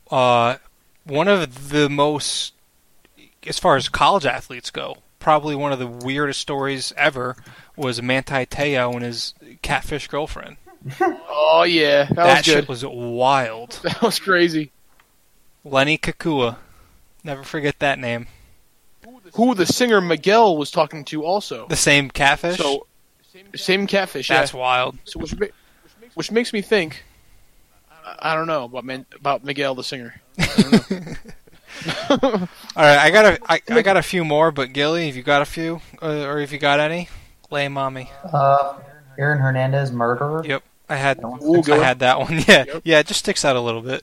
Uh, one of the most, as far as college athletes go, probably one of the weirdest stories ever was Manti Te'o and his catfish girlfriend.
Oh, yeah, that, was good. *laughs*
shit was wild.
That was crazy.
Lenny Kakua, never forget that name.
Who the singer Miguel was talking to also.
The same catfish.
So same catfish.
That's
yeah.
wild.
So which, ma- which makes me think. I- I don't know about man, about Miguel the singer. *laughs*
*laughs* All right, I got a, I, I got a few more, but Gilly, if you got a few, uh, or if you got any, lay 'em on me.
Uh, Aaron Hernandez murderer.
Yep, I had,
Ooh,
I
good
had that one. *laughs* Yeah, yeah, it just sticks out a little bit.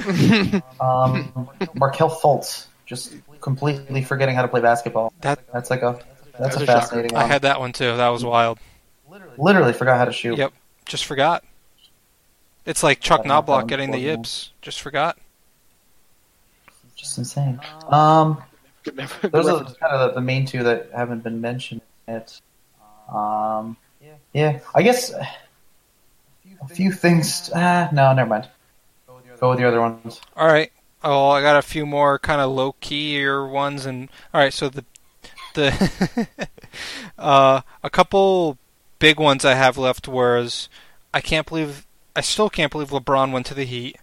Hmm.
*laughs*
Um, Markel Fultz just completely forgetting how to play basketball.
That
*laughs* That's like a
That's
that's
a
a
shocker.
fascinating
I
one.
had that one too. That was wild.
Literally forgot how to shoot.
Yep, just forgot. It's like Chuck
Yeah, that
Knobloch
one's
getting the
important.
yips. Just forgot.
Just insane. Um,
Good mem- good
those are
reference.
kind of the, the main two that haven't been mentioned yet. Um, yeah, I guess uh, a few things. Ah, no, never mind. Go with the other ones.
All right. Oh, I got a few more kind of low keyer ones, and all right. So the the *laughs* uh, a couple big ones I have left was I can't believe I still can't believe LeBron went to the Heat.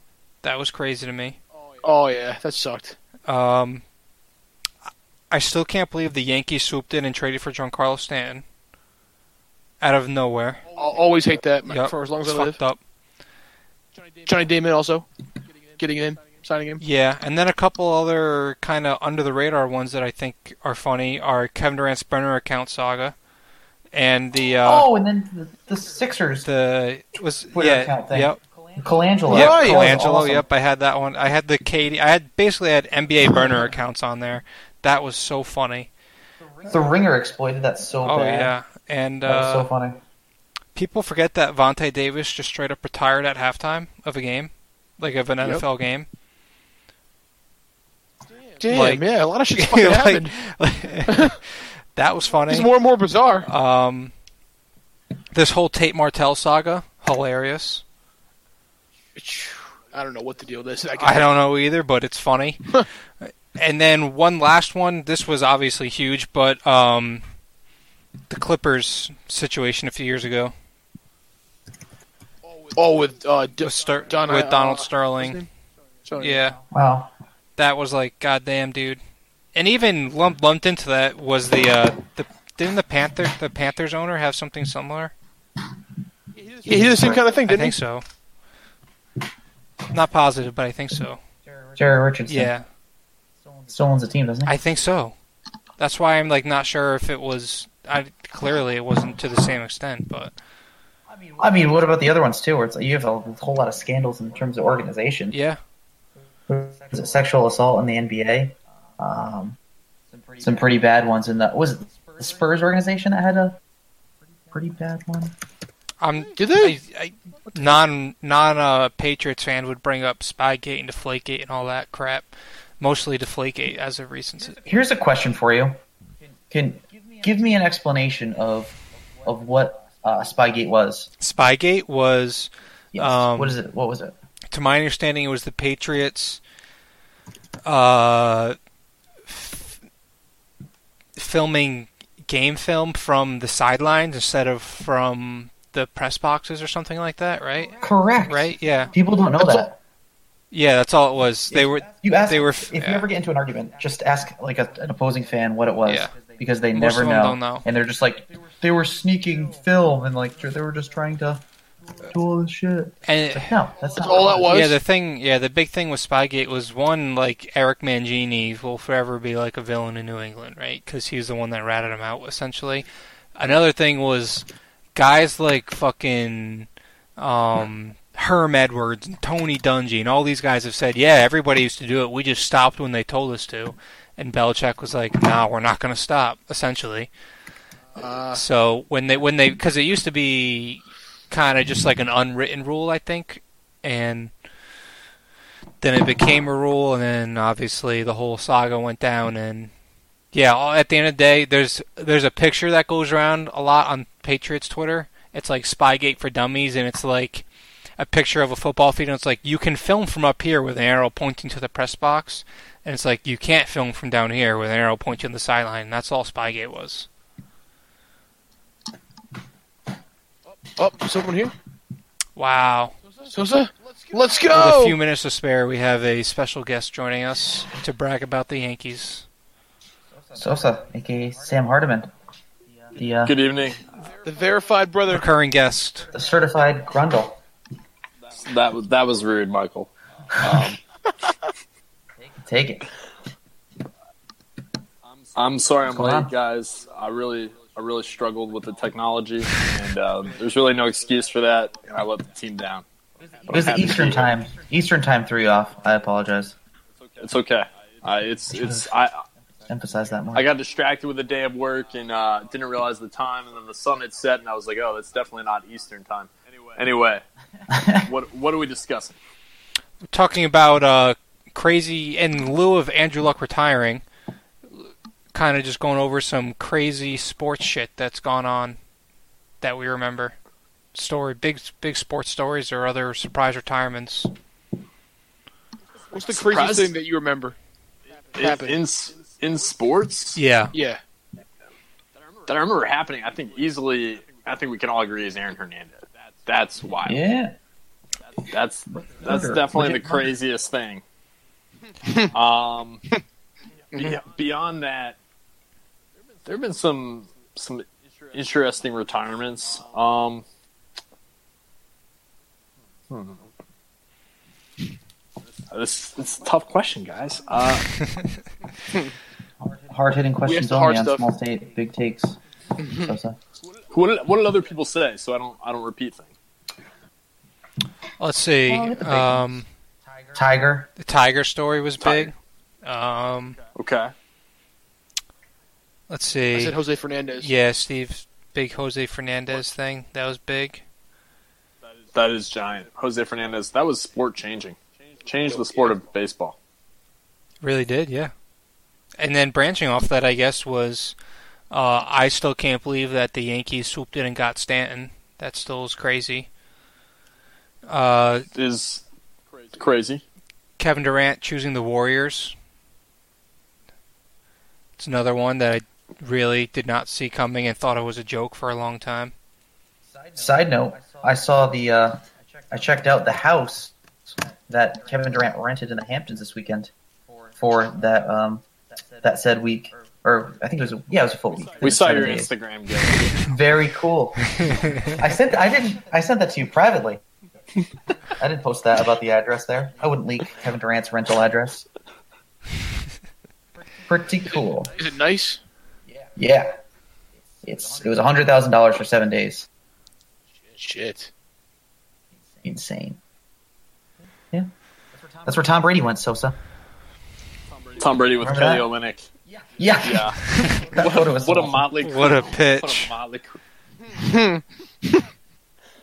That was crazy to me.
Oh yeah, that sucked.
Um, I still can't believe the Yankees swooped in and traded for Giancarlo Stanton out of nowhere.
I'll always hate that
Yep.
for as long as
It's
I live.
fucked up.
Johnny Damon also getting in, signing him.
Yeah, and then a couple other kind of under the radar ones that I think are funny are Kevin Durant's burner account saga, and the uh,
oh, and then the, the Sixers.
the was
Twitter
yeah
account thing.
yep
Colangelo.
yep
Right.
That was
Colangelo
awesome.
yep I had that one I had the Katie I had basically had NBA burner accounts on there that was so funny
The Ringer exploited that so
oh
bad.
yeah and
That was
uh,
so funny.
people forget that Vontae Davis just straight up retired at halftime of a game like of an
Yep.
NFL game *laughs*
Damn,
Like-
yeah, a lot
*laughs*
of shit's fucking
Like,
happened.
that was funny
It's more and more bizarre.
Um, this whole Tate Martell saga, hilarious.
I don't know what the deal is. I,
I don't know either, but it's
*laughs*
funny. and then one last one. This was obviously huge, but um, the Clippers situation a few years ago
Oh, with uh, D-
with, Ster-
Don-
with
uh,
Donald
his
Sterling.
name? Sorry.
Yeah,
Wow.
that was like goddamn, dude. And even lumped lumped into that was the uh, the didn't the Panther the Panthers owner have something similar?
Yeah, he did the same kind of thing,
I
didn't
think so. Not positive, but I think so.
Jared Richardson.
Yeah.
Still owns the team, doesn't he?
I think so. That's why I'm like not sure if it was. I clearly it wasn't to the same extent, but
I mean, what about the other ones too? Where it's like you have a whole lot of scandals in terms of organization.
yeah,
Was it sexual assault in the NBA? Um, some pretty bad ones in the was it the Spurs organization that had a pretty bad one?
I'm
he? Did they?
I, I, non non uh, Patriots fan would bring up Spygate and Deflategate and all that crap. Mostly Deflategate as of recent.
Here's a question for you. Can give me an explanation of of what uh, Spygate was?
Spygate was
Yes.
Um,
what is it? What was it?
to my understanding, it was the Patriots, uh, f- filming game film from the sidelines instead of from the press boxes or something like that, right?
Correct.
Right? Yeah.
People don't know
That's
that.
Yeah, that's all it was. They were.
You ask
They were.
if you
yeah.
ever get into an argument, just ask like a, an opposing fan what it was
Yeah.
because they
Most
never
of them
know,
don't know.
and they're just like they were sneaking film and like they were just trying to do all this shit.
And
Like, no, that's not
all
what
that
it
was.
Yeah, the thing, yeah, the big thing with Spygate was one like Eric Mangini will forever be like a villain in New England, right? Because he was the one that ratted him out essentially. Another thing was guys like fucking um, Herm Edwards and Tony Dungy and all these guys have said, yeah, everybody used to do it. We just stopped when they told us to. And Belichick was like, nah, we're not going to stop. Essentially.
Uh,
So when they when they because it used to be kind of just like an unwritten rule, I think, and then it became a rule, and then obviously the whole saga went down. And yeah, all, at the end of the day, there's there's a picture that goes around a lot on Patriots Twitter. It's like Spygate for Dummies, and it's like a picture of a football field, and it's like you can film from up here with an arrow pointing to the press box, and it's like you can't film from down here with an arrow pointing to the sideline. And that's all Spygate was.
oh, someone here?
Wow.
Sosa? Let's
With a
go!
few minutes to spare, we have a special guest joining us to brag about the Yankees.
was. Sosa, aka Sam Hardiman, the uh,
Good evening.
The verified brother.
Recurring guest.
the certified Grundle.
That was that was rude, Michael. Um,
Take it.
I'm sorry I'm
What's going
late,
on?
guys. I really I really struggled with the technology, and um, there's really no excuse for that. And I let the team down.
It was the
Happy to
Eastern
be here.
time. Eastern time threw you off. I apologize.
It's okay. I it's it's I
Emphasize that more.
I got distracted with the day of work and uh, didn't realize the time, and then the sun had set, and I was like, oh, that's definitely not Eastern time.
*laughs*
Anyway, what what are we discussing?
We're talking about uh, crazy, in lieu of Andrew Luck retiring, kind of just going over some crazy sports shit that's gone on that we remember. Story, big, big sports stories or other surprise retirements.
What's the craziest
Surprised?
thing that you remember?
In, in s- in sports?
Yeah,
Yeah.
that I remember happening, I think easily, I think we can all agree is Aaron Hernandez. That's wild.
yeah.
That's that's
Murder.
definitely the
Legit
craziest *laughs* thing. Um, be- beyond that, there have been some some interesting retirements. Um, hmm. this it's a tough question, guys. Uh,
Hard hitting questions
asked the hard
only on
stuff.
small state big takes. Sosa.
what did, what did other people say? So I don't I don't repeat things.
*laughs* let's see.
Well, look at the big
Um,
Tiger.
the Tiger story was
Tiger.
big. Um,
Okay,
let's see.
I said Jose Fernandez.
Yeah, Steve's big Jose Fernandez thing. That was big.
that is giant. Jose Fernandez. That was sport changing. Changed the sport of baseball.
Really did, yeah. And then branching off that, I guess was uh, I still can't believe that the Yankees swooped in and got Stanton. That still is crazy. Uh,
Is crazy.
Kevin Durant choosing the Warriors. It's another one that I really did not see coming and thought it was a joke for a long time.
Side note, I saw the uh, I checked out the house that Kevin Durant rented in the Hamptons this weekend for that um that said week or I think it was a, yeah it was a full week.
We saw your
Seven days.
Instagram, Gary.
Very
*laughs*
cool. I sent I didn't I sent that to you privately. I didn't post that about the address there. I wouldn't leak Kevin Durant's rental address. Pretty cool.
Is it nice?
Yeah. It's it was hundred thousand dollars for seven days.
Shit.
Insane. Yeah. That's where Tom Brady went, Sosa.
Tom Brady with
Remember
Kelly
that?
Olynyk.
Yeah.
Yeah,
That photo was
what a
awesome.
motley.
What a pitch.
What a motley. crew.
Hmm. *laughs*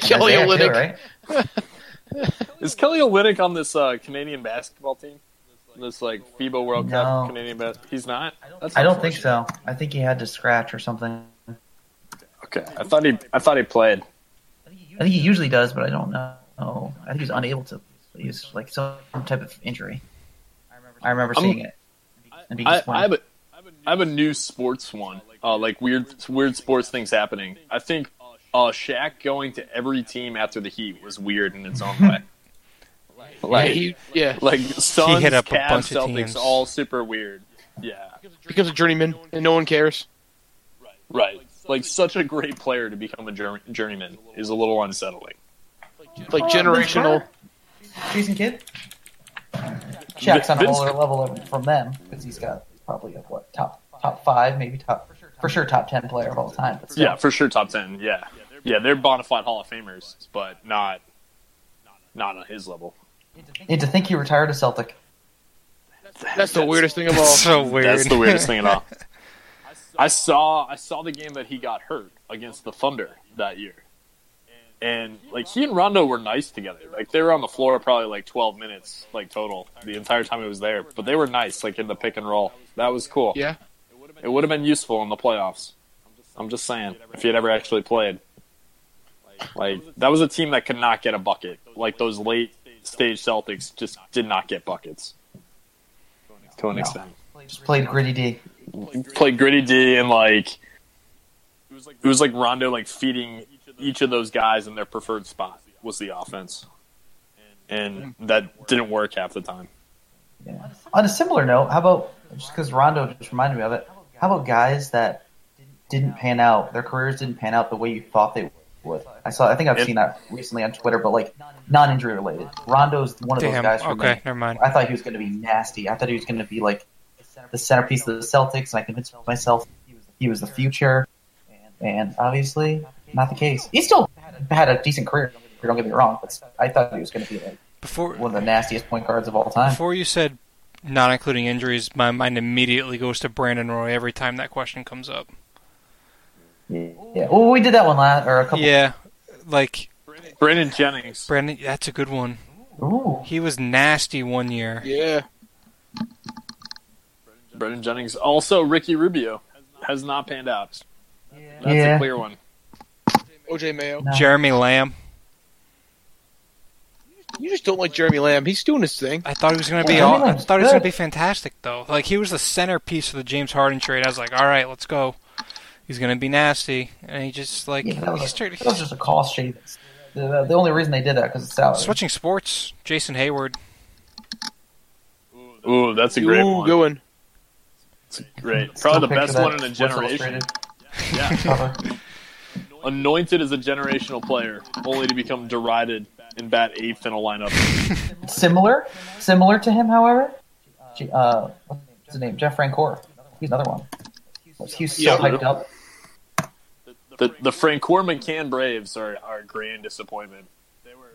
Kelly
Isaiah
Olynyk.
too, right?
Is Kelly Olynyk on this uh, Canadian basketball team? This like FIBA World
No.
Cup Canadian bas- He's not. That's
I don't think so. I think he had to scratch or something.
Okay, I thought he. I thought he played.
I think he usually does, but I don't know. Oh, I think he's unable to. He's like some type of injury. I remember seeing it. and being
I, I
disappointed.
have a I have a new sports one. Uh, like weird weird sports things happening. I think uh, Shaq going to every team after the Heat was weird in its own
*laughs*
way.
yeah,
Like
he, yeah,
like Suns,
hit up a
Cavs,
bunch of
Celtics,
teams.
all super weird. Yeah,
becomes a journeyman and no one cares.
right. Like such a great player to become a journey- journeyman is a little unsettling.
Like
Oh,
generational.
Jason Kidd. Shaq's on a
Vince-
whole other level from them because he's got probably a what top top five, maybe top for sure top ten player of all time. But still.
Yeah, for sure, top ten. Yeah, yeah, they're bona fide Hall of Famers, but not not on his level.
and to think he retired a Celtic.
That's the weirdest thing of all.
so weird.
That's the weirdest thing at all. I saw I saw the game that he got hurt against the Thunder that year, and like he and Rondo were nice together. Like they were on the floor probably like twelve minutes like total the entire time he was there, but they were nice like in the pick and roll. That was cool.
Yeah,
It would have been useful in the playoffs. I'm just saying if he had ever actually played. Like that was a team that could not get a bucket. Like those late stage Celtics just did not get buckets to an
No.
extent
Just played gritty D.
played gritty D and like it was like Rondo like feeding each of those guys in their preferred spot was the offense, and that didn't work half the time.
Yeah. On a similar note, how about just because Rondo just reminded me of it? How about guys that didn't pan out? Their careers didn't pan out the way you thought they would. I saw. I think I've
It-
seen that recently on Twitter, but like non-injury related. Rondo's one of those
Damn.
guys. For
Okay,
me.
never mind.
I thought he was going to be nasty. I thought he was going to be like the centerpiece of the Celtics, and I convinced myself he was the future. And obviously, not the case. He still had a decent career. Don't get me wrong, but I thought he was going to be like
Before
one of the nastiest point guards of all time.
before you said not including injuries, my mind immediately goes to Brandon Roy every time that question comes up.
Yeah. Well, we did that one last or a couple.
Yeah, like
Brandon Jennings,
Brandon, that's a good one.
Ooh.
He was nasty one year.
yeah.
Brandon Jennings, also Ricky Rubio has not panned out. That's
Yeah.
a clear one.
OJ
Oh,
Mayo.
No.
Jeremy Lamb.
You just don't like Jeremy Lamb. He's doing his thing.
I thought he was going to be
Yeah,
all, I
Lamb's
thought he was going
good.
to be fantastic though. Like he was the centerpiece of the James Harden trade. I was like, all right, let's go. He's going to be nasty, and he just like
Yeah, that was,
he
a,
started
that was just a cost shaving. The, the only reason they did that because of salary.
switching sports. Jason Hayward.
Ooh, that's a
Ooh,
great one.
going.
Great,
Still
probably the
picture
best
that
one in a
Sports
generation.
Illustrated Uh-huh.
Yeah,
cover.
anointed as a generational player, only to become derided and bat eighth in a lineup.
similar, similar to him, however. G- Uh, what's his name? Jeff Francoeur. He's another one. He's so
Yeah.
hyped up.
the the Francoeur McCann Braves are are a grand disappointment.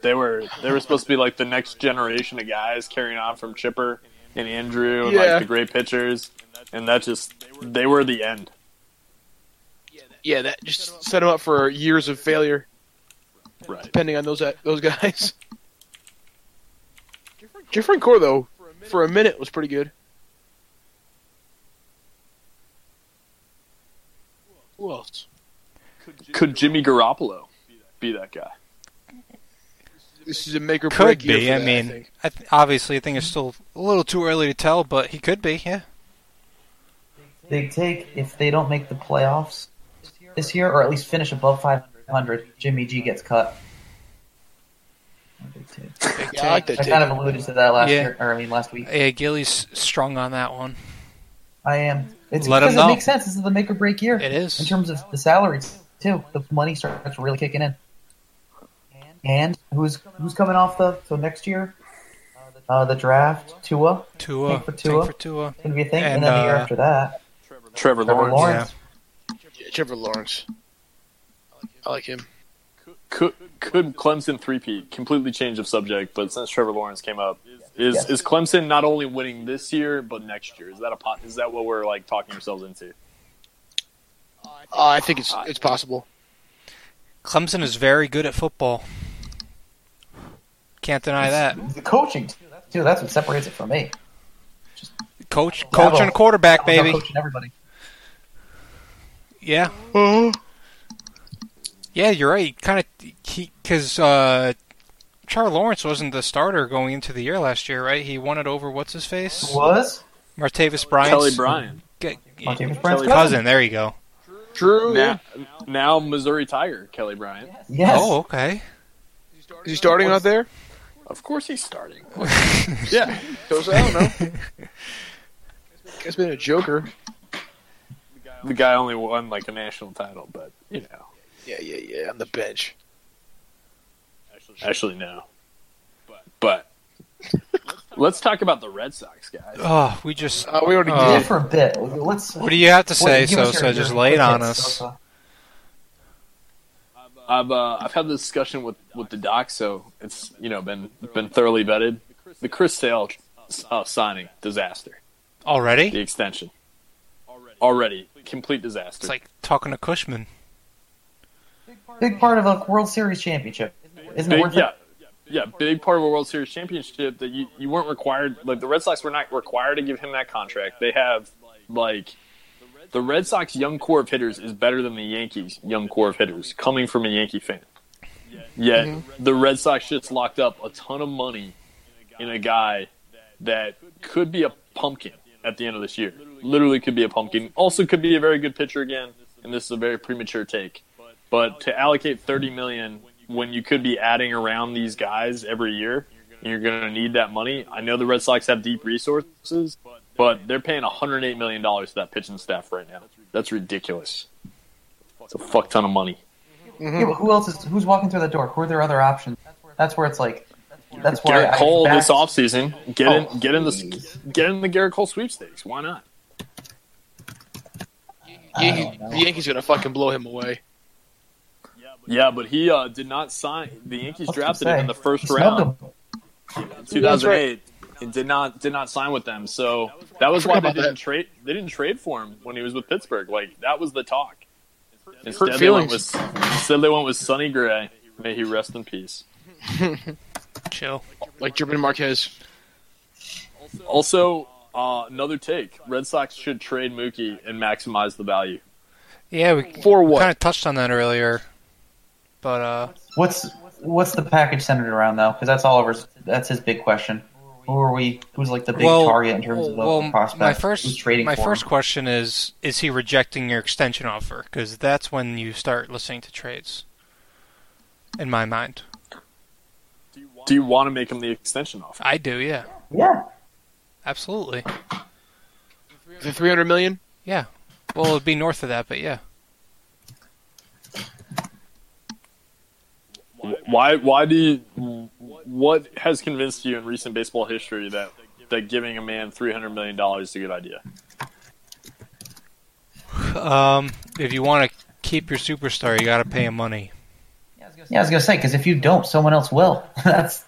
They were they were supposed to be like the next generation of guys carrying on from Chipper and Andrew and
Yeah.
like the great pitchers, and that just they were the end.
Yeah, that just set him up for years of failure,
Right.
depending on those uh, those guys. Jeff Francoeur, though, for a minute was pretty good. Who else?
Could Jimmy Garoppolo be that guy?
This is a make or break
Could
year
be.
for
I
that,
mean,
think.
I th- obviously, I think it's still a little too early to tell, but he could be. Yeah.
They take if they don't make the playoffs this year, or at least finish above 500. Jimmy G gets cut. Big take.
yeah, I like that
I
take.
kind of alluded to that last
Yeah.
year, or I mean last week.
Yeah, Gilly's strong on that one.
I am. It's
Let 'em
because
know.
it makes sense. This is the make or break year.
It is.
in terms of the salaries too. The money starts really kicking in. And who's who's coming off the so next year? Uh, the draft, Tua,
Tua,
Tank for
tank
Tua.
for Tua.
gonna be a thing, and,
And,
then the year
uh,
after that,
Trevor
Trevor
Lawrence
Lawrence.
Yeah, Trevor Lawrence. I like him.
could could Clemson threepeat? Completely change of subject, but since Trevor Lawrence came up, is
Yes.
is Clemson not only winning this year but next year? Is that a pot? Is that what we're like talking ourselves into?
Uh, I think it's it's possible.
Clemson is very good at football. Can't deny that.
The coaching too. That's what separates it from me.
Coach, coach, and
Double.
quarterback,
They're
baby.
coaching everybody.
Yeah,
Oh,
yeah, you're right. Kind of, because uh, Trevor Lawrence wasn't the starter going into the year last year, right? He won it over what's his face,
Was
Martavis Bryant.
Kelly Bryant.
Martavis
Kelly
Bryant's cousin?
cousin. There you go.
True.
Now, now Missouri Tiger, Kelly Bryant.
Yes.
Oh, okay.
Is he starting out there?
Of course he's starting.
Yeah. Goes, I don't know.
*laughs*
Guy's been a joker.
The guy only won like a national title, but you know.
Yeah, yeah, yeah. On the bench.
Actually, no. But let's talk about the Red Sox, guys.
Oh, we just.
Uh, we already
Oh.
did.
Different bit. Let's.
What do you have to
what-
say,
give us
so so?
your-
Just
your
lay it
quick
on
hits,
us.
Sosa.
I've uh, I've had the discussion with with the doc, so it's you know been been thoroughly vetted. The Chris Sale uh, signing disaster, the
Already?
extension already complete disaster.
It's like talking to Cushman.
Big part of a World Series championship. Isn't it
big,
worth
yeah,
it?
yeah, big part of a World Series championship that you, you weren't required. Like the Red Sox were not required to give him that contract. They have like the Red Sox young core of hitters is better than the Yankees young core of hitters coming from a Yankee fan. Yet
Mm-hmm.
the Red Sox just locked up a ton of money in a guy that could be a pumpkin at the end of this year. Literally could be a pumpkin. Also could be a very good pitcher again. And this is a very premature take, but to allocate 30 million when you could be adding around these guys every year, and you're going to need that money. I know the Red Sox have deep resources, but they're paying 108 million dollars to that pitching staff right now. That's ridiculous. It's a fuck ton of money.
Yeah, but who else is who's walking through that door? Who are their other options? That's where it's like. That's why
Garrett
I
Cole
backed-
this offseason, get in,
Oh,
get in the,
please.
get in the Garrett Cole sweepstakes. Why not?
Yankee, the Yankees gonna fucking blow him away.
Yeah, but he uh, did not sign. The Yankees
What's to
drafted him
say?
in the first
He snubbed
round.
him.
2008 and did not did not sign with them. So that was why they
about that.
didn't trade. They didn't trade for him when he was with Pittsburgh. Like that was the talk.
Hurt
Instead they went
feelings.
with instead they went with Sonny Gray. May he rest in peace.
Chill.
Like German Marquez.
Also, uh, another take: Red Sox should trade Mookie and maximize the value.
Yeah, we
For what?
kind of touched on that earlier, but uh,
What's what's the package centered around though? Because that's Oliver's. That's his big question. Who are we? Who's like the big
well,
target in terms of the
well,
prospect?
my
who's
first
trading
my
for
first
him?
question is: Is he rejecting your extension offer? Because that's when you start listening to trades. In my mind,
Do you want to make him the extension offer?
I do. Yeah,
Yeah,
absolutely.
The 300 million.
Yeah. Well, it'd be north of that, but yeah.
Why? Why do you? What has convinced you in recent baseball history that that giving a man three hundred million dollars is a good idea?
Um, if you want to keep your superstar, you got to pay him money.
yeah. I was gonna say because if you don't, someone else will. *laughs* that's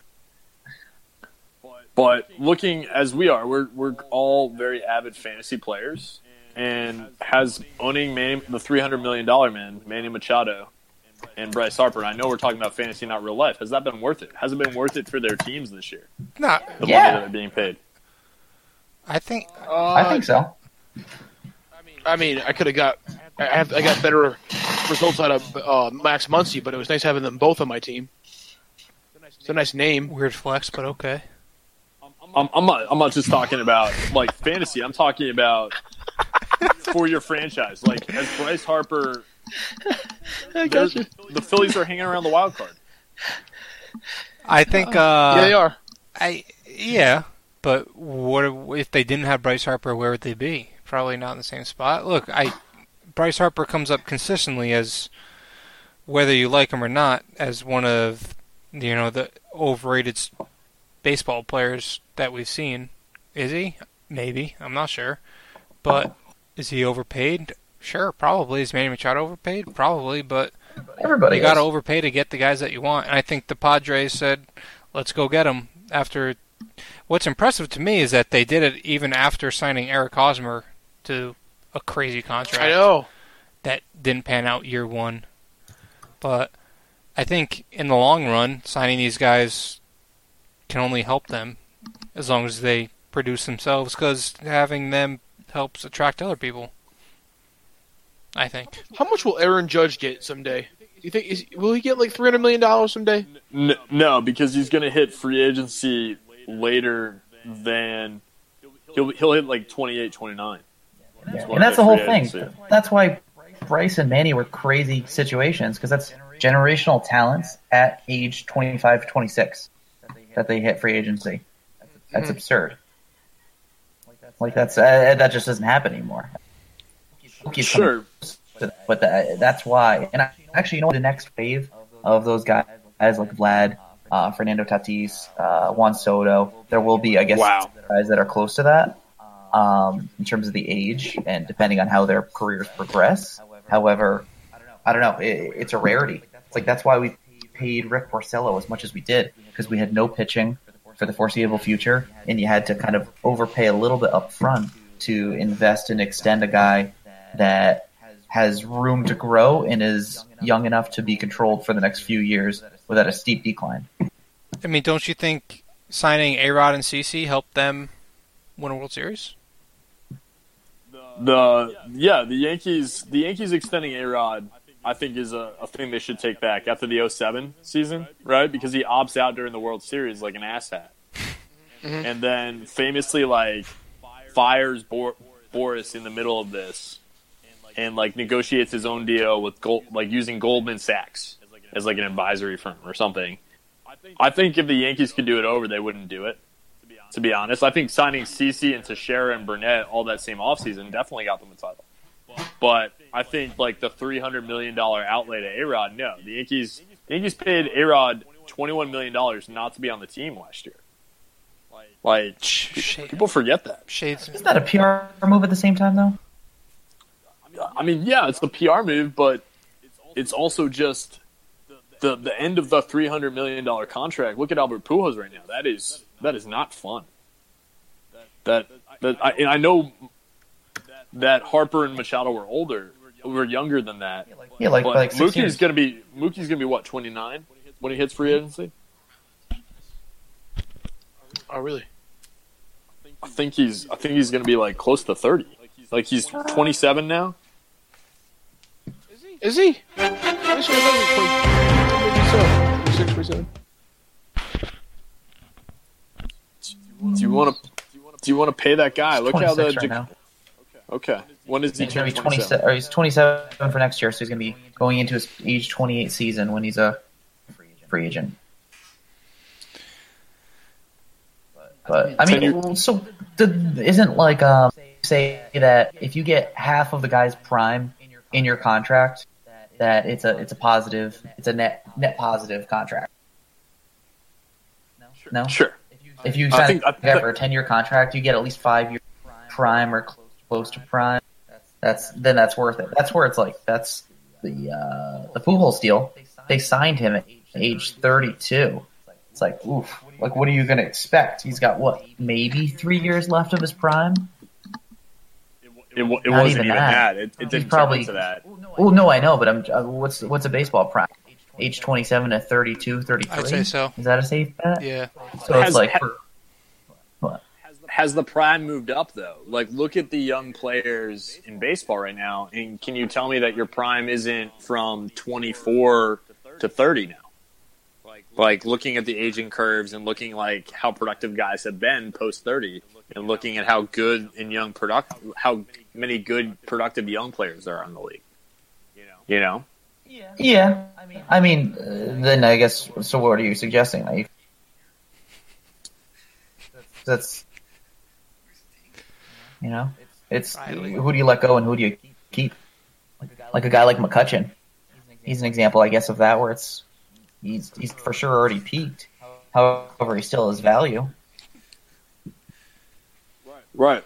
But looking as we are, we're we're all very avid fantasy players, and has owning Manny, the three hundred million dollar man, Manny Machado, and Bryce Harper. and I know we're talking about fantasy, not real life. Has that been worth it? Has it been worth it for their teams this year?
Not.
The
Yeah.
money that they're being paid.
I think.
Uh,
I think so.
I mean, I could have got. I have. I got better results out of uh, Max Muncy, but it was nice having them both on my team. It's a nice name.
Weird flex, but okay.
I'm, I'm not. I'm not just talking about like fantasy. I'm talking about for your franchise. Like as Bryce Harper,
*laughs* I
they're-
got you.
the Phillies are hanging around the wild card.
I think. Uh,
yeah, they are.
I yeah, but what if they didn't have Bryce Harper? Where would they be? Probably not in the same spot. Look, I Bryce Harper comes up consistently as whether you like him or not as one of you know the overrated s- baseball players that we've seen. Is he? Maybe I'm not sure, but is he overpaid? Sure, probably. Is Manny Machado overpaid? Probably, but
Everybody
you got to
is.
overpay to get the guys that you want. And I think the Padres said, "Let's go get them." After what's impressive to me is that they did it even after signing Eric Hosmer to a crazy contract
I know.
that didn't pan out year one. But I think in the long run, signing these guys can only help them as long as they produce themselves, because having them helps attract other people. I think.
How much will Aaron Judge get someday? Do You think is, will he get like three hundred million dollars someday?
N- no, because he's going to hit free agency later than he'll he'll hit like 28, 29.
Yeah.
why
And that's
they
the whole thing.
created it.
That's why Bryce and Manny were crazy situations because that's generational talents at age 25, 26 that they hit free agency. That's
Mm-hmm.
Mhm.
absurd. Like that's uh, that just doesn't happen anymore. Keep coming
Sure,
to- but that, that's why. And I, actually, you know, what? the next wave of those guys, like Vlad, uh, Fernando Tatis, uh, Juan Soto, there will be, I guess,
Wow.
guys that are close to that um, in terms of the age and depending on how their careers progress. However, I don't know. It, it's a rarity. It's like that's why we paid Rick Porcello as much as we did because we had no pitching for the foreseeable future, and you had to kind of overpay a little bit up front to invest and extend a guy that has room to grow and is young enough to be controlled for the next few years without a steep decline.
I mean, don't you think signing A Rod and CC helped them win a World Series?
the yeah the Yankees the Yankees extending A Rod I think is a, a thing they should take back after the 07 season right because he opts out during the World Series like an asshat
Mhm.
and then famously like fires Bor- Boris in the middle of this and like negotiates his own deal with Gold- like using Goldman Sachs as like an advisory firm or something I think if the Yankees could do it over they wouldn't do it to be honest. I think signing CC and Teixeira and Burnett all that same offseason definitely got them a title. But I think like the three hundred million dollar outlay to Arod, no. The Yankees the Yankees paid Arod twenty one million dollars not to be on the team last year. Like
Shades.
people forget that.
Shades.
Isn't that a PR move at the same time, though?
I mean, yeah, it's the PR move, but it's also just the the end of the three hundred million dollar contract. Look at Albert Pujols right now. That is that is not fun. That that I, and I know that Harper and Machado were older, were younger than that.
Yeah, like
But
like six
Mookie's
years.
gonna be Mookie's gonna be what twenty nine when he hits free agency.
Oh, really?
I think he's I think he's gonna be like close to thirty. Like he's twenty seven now.
Is he? I swear I thought he was 20 27, 26, 27.
Do you want to do you want to pay that guy? Look how the
26 right now.
okay. When does he
He's going
turn
to be
twenty
27,
seven?
or he's 27 for next year, so he's going to be going into his age 28 season when he's a free agent. But I
Ten
mean, so the, isn't like um, say that if you get half of the guy's prime in your contract, that it's a it's a positive, it's a net net positive contract. No,
Sure.
if you
I
sign
think-
a
I think-
guy for a ten year contract, you get at least five year prime or cl- close to prime. That's then that's worth it. That's where it's like that's the uh, the Pujols deal. They signed him at age thirty two. It's like oof. Like what are you going to expect? He's got what maybe three years left of his prime.
It, wa- it
Not
wasn't
even
even
that.
that. It, it didn't
probably-
probably to that.
Well, no, I know, but I'm uh, what's what's a baseball prime? Age twenty seven to 32, 33?
I'd say so.
Is that a safe bet?
Yeah.
So it's
Has-
like
ha-
for-
Has the prime moved up though? Like, look at the young players in baseball right now, and can you tell me that your prime isn't from 24 to 30 now? Like looking at the aging curves and looking like how productive guys have been post 30, and looking at how good and young product, how many good productive young players there are in the league. You know,
yeah. I mean, uh, then I guess. So what are you suggesting? Like, that's you know, it's who do you let go and who do you keep? Like a guy like McCutcheon, he's an example, I guess, of that where it's he's he's for sure already peaked. However, he still has value.
Right.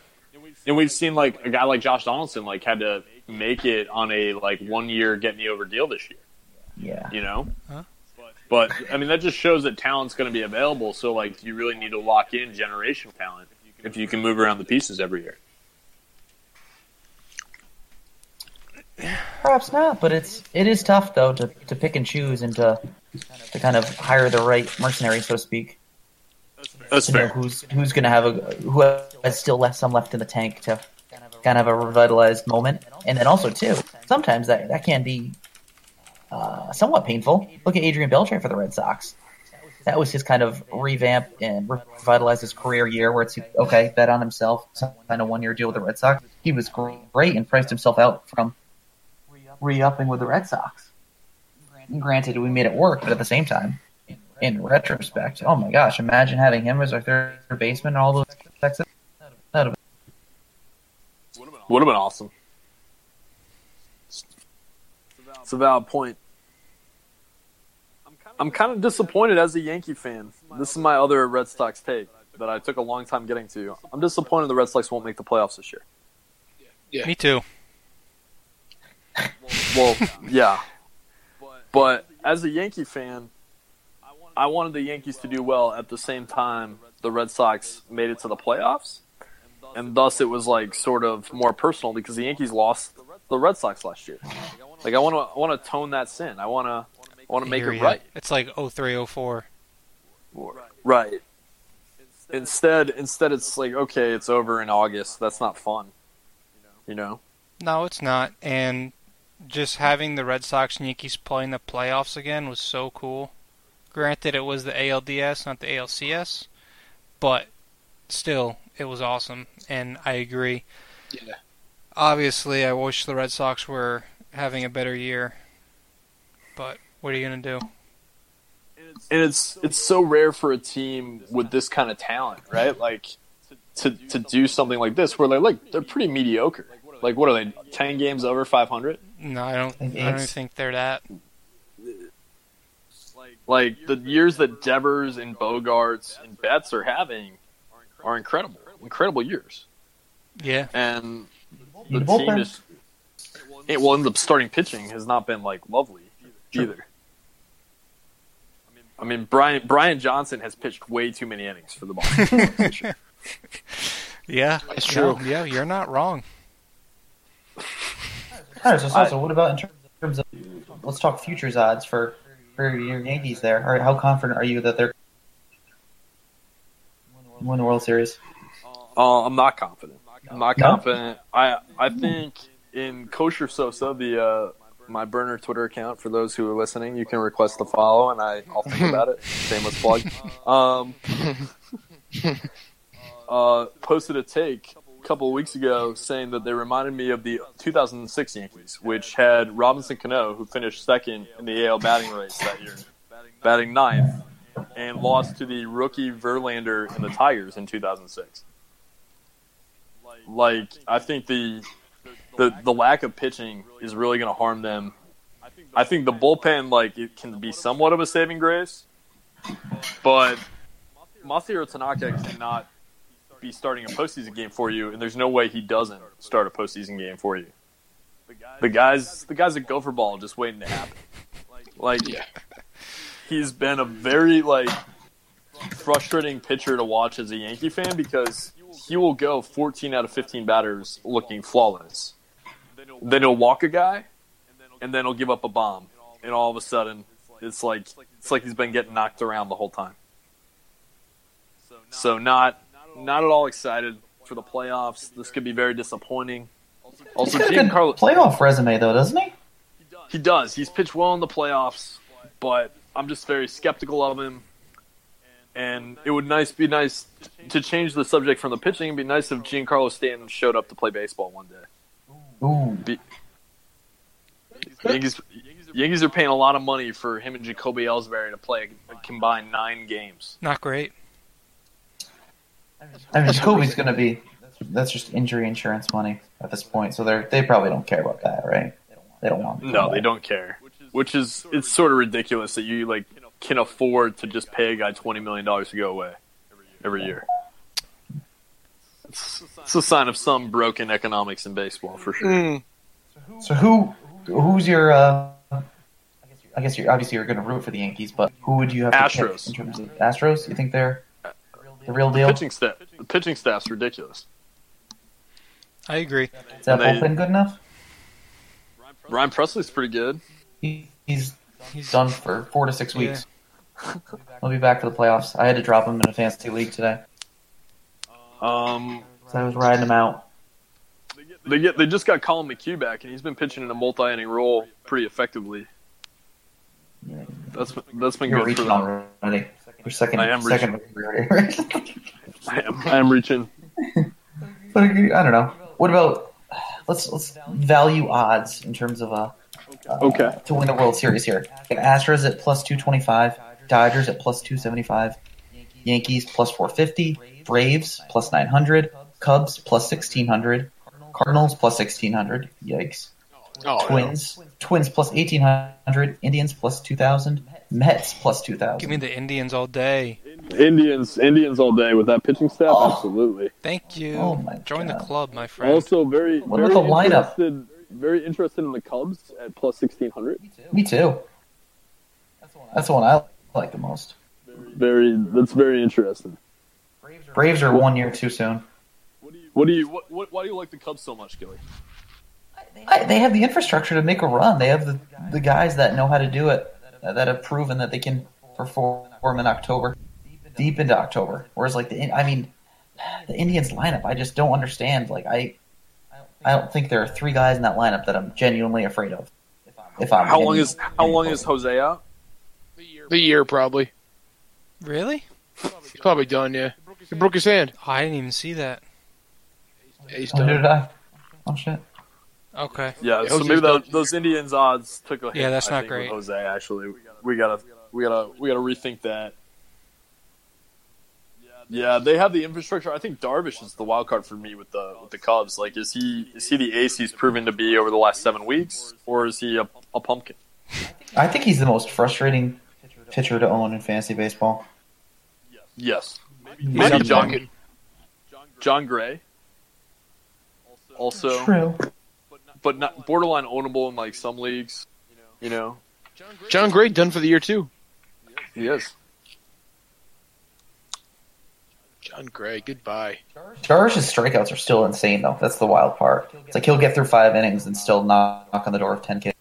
And we've seen like a guy like Josh Donaldson like had to make it on a like one year get me over deal this year,
Yeah.
you know?
Huh?
But I mean that just shows that talent's gonna be available, so like you really need to lock in generational talent if you can move around the pieces every year.
Perhaps not, but it's it is tough though to, to pick and choose and to to kind of hire the right mercenary, so to speak.
That's
to know
fair.
who's who's going to have a who has still left some left in the tank to kind of have a revitalized moment, and then also too sometimes that that can be uh, somewhat painful. Look at Adrian Beltre for the Red Sox. That was his kind of revamp and revitalize his career year, where it's okay, bet on himself, sign a one-year deal with the Red Sox. He was great and priced himself out from re-upping with the Red Sox. Granted, we made it work, but at the same time, in retrospect, oh my gosh, imagine having him as our third baseman and all those Texas. That'd have
Would have been awesome. It's a valid point. I'm kind of disappointed as a Yankee fan. This is my other Red Sox take that I took a long time getting to. I'm disappointed the Red Sox won't make the playoffs this year.
Yeah.
Me too.
Well, yeah. But as a Yankee fan, I wanted the Yankees to do well at the same time the Red Sox made it to the playoffs. And thus it was like sort of more personal because the Yankees lost the Red Sox last year. Like I want to I want to tone that sin. I want to I want to make
Here,
it
yeah.
right.
It's like 0304.
Right. Instead, instead, it's like okay, it's over in August. That's not fun, you know.
No, it's not. And just having the Red Sox and Yankees playing the playoffs again was so cool. Granted, it was the ALDS, not the ALCS, but still, it was awesome. And I agree.
Yeah.
Obviously, I wish the Red Sox were having a better year, but what are you gonna do?
And it's it's so rare for a team with this kind of talent, right? Like to to do something like this, where they're like they're pretty mediocre. Like what are they? Ten games over five hundred.
No, I don't. I
It's-
don't even think they're that.
Like the years that Devers and Bogarts and Betts are having are incredible, incredible years.
Yeah,
*laughs*
*laughs*
And
been
the team is it will end up starting pitching has not been like lovely either. I mean, Brian Brian Johnson has pitched way too many innings for the Boston.
yeah,
It's true.
No, yeah, you're not wrong.
All right, so, so, so what about in ter- terms of let's talk futures odds for for your Yankees there? All right, how confident are you that they're win the World Series?
uh, I'm not confident. I'm not
No?
confident. I I think in Kosher Sosa, the uh, my burner Twitter account for those who are listening, you can request the follow, and I I'll think about it. Shameless plug. Um, uh, posted a take a couple of weeks ago saying that they reminded me of the 2006 Yankees, which had Robinson Cano, who finished second in the AL batting race that year, batting ninth, and lost to the rookie Verlander and the Tigers in 2006. Like, I think the the, the lack of pitching is really going to harm them. I think the bullpen, like, it can be somewhat of a saving grace, but Masahiro Tanaka cannot be starting a postseason game for you, and there's no way he doesn't start a postseason game for you. The guys, the guys at Gopher Ball just waiting to happen. Like
Yeah.
he's been a very like frustrating pitcher to watch as a Yankee fan because he will go 14 out of 15 batters looking flawless. Then he'll walk a guy, and then he'll give up a bomb, and all of a sudden it's like it's like he's been getting knocked around the whole time. So not not at all excited for the playoffs. This could be very disappointing. Also,
He's got a good
Giancarlo
playoff resume though, doesn't he?
he does. He's pitched well in the playoffs, but I'm just very skeptical of him. And it would nice be nice to change the subject from the pitching. It'd be nice if Giancarlo Stanton showed up to play baseball one day.
Ooh,
Yankees, Yankees are paying a lot of money for him and Jacoby Ellsbury to play a combined nine games.
Not great.
I mean Jacoby's going to be that's just injury insurance money at this point, so they are they probably don't care about that, right? They don't want.
No, they don't care. Which is it's sort of ridiculous that you like can afford to just pay a guy twenty million dollars to go away every year. It's, it's a sign of some broken economics in baseball for sure.
Mm.
So who who's your? Uh, I guess you're obviously you're going to root for the Yankees, but who would you have? To
Astros.
pick in terms of Astros, you think they're the real deal?
Pitching staff, the pitching staff's ridiculous.
I agree.
Is that
they-
bullpen good enough?
Ryan Presley's pretty good.
He, he's
He's
done for four to six
Yeah.
weeks. I'll be back for the playoffs. I had to drop him in a fantasy league today,
Um,
so I was riding him out.
they get they just got Colin McHugh back, and he's been pitching in a multi-inning role pretty effectively. That's that's been
You're
good for
reaching
them.
already. We're second.
I am
second
I am, I am reaching.
But *laughs* I don't know. What about let's let's value odds in terms of uh, uh,
Okay.
to win the World Series here. Astros at plus two twenty five, Dodgers at plus two seventy five, Yankees plus four fifty, Braves plus nine hundred, Cubs plus sixteen hundred, Cardinals plus sixteen hundred. Yikes.
Oh, no.
Twins, Twins plus eighteen hundred, Indians plus two thousand, Mets plus two
Give me
thousand.
the Indians all day.
Indians, Indians all day with that pitching staff.
Oh.
Absolutely.
Thank you.
Oh my
Join the
God.
club, my friend.
Also, very
What
very
about the lineup?
interested. Very interested in the Cubs at plus sixteen hundred.
Me too. That's the one I like the most.
Very, that's very interesting.
Braves are one year too soon.
What do you? What, what, why do you like the Cubs so much, Gilly?
I, they have the infrastructure to make a run. They have the, the guys that know how to do it, that that have proven that they can perform in October, deep into October. Whereas, like the I mean, the Indians lineup, I just don't understand. Like I, I don't think there are three guys in that lineup that I'm genuinely afraid of. If I'm
How
in-
long is How long is Jose out?
The year probably.
really?
He's probably done. Yeah, he broke his hand.
Oh, I didn't even see that.
Yeah, he's done.
Neither did I. Oh shit!
Okay.
Yeah, so
Jose's
maybe
done.
that, those Indians odds took a hit.
Yeah, that's
I
not
think, with
great.
Jose, actually, we gotta we gotta we gotta rethink that. Yeah, they have the infrastructure. I think Darvish is the wild card for me with the with the Cubs. Like, is he is he the ace he's proven to be over the last seven weeks, or is he a, a pumpkin?
I think he's the most frustrating pitcher to own in fantasy baseball.
Yes,
He's
maybe
up
John
Duncan.
John Gray. Also,
True.
but not borderline ownable in like some leagues. You know,
John Gray done for the year too.
he is.
John Gray, goodbye.
Darvish's strikeouts are still insane, though. That's the wild part. It's like he'll get through five innings and still knock knock on the door of 10K.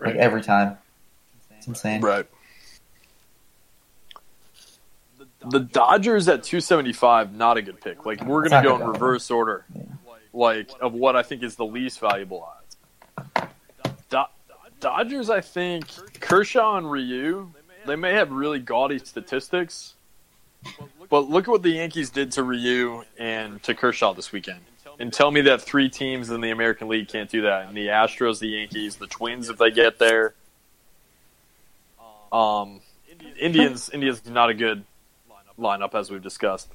Like every time. It's insane.
Right. The Dodgers at 275, not a good pick. Like we're
It's
gonna
not
go
good
in
pick.
reverse order, like of what I think is the least valuable odds. Do- Dodgers, I think Kershaw and Ryu, they may have really gaudy statistics, but look at what the Yankees did to Ryu and to Kershaw this weekend. And tell me that three teams in the American League can't do that. And the Astros, the Yankees, the Twins, if they get there, um, Indians, Indians is not a good lineup as we've discussed.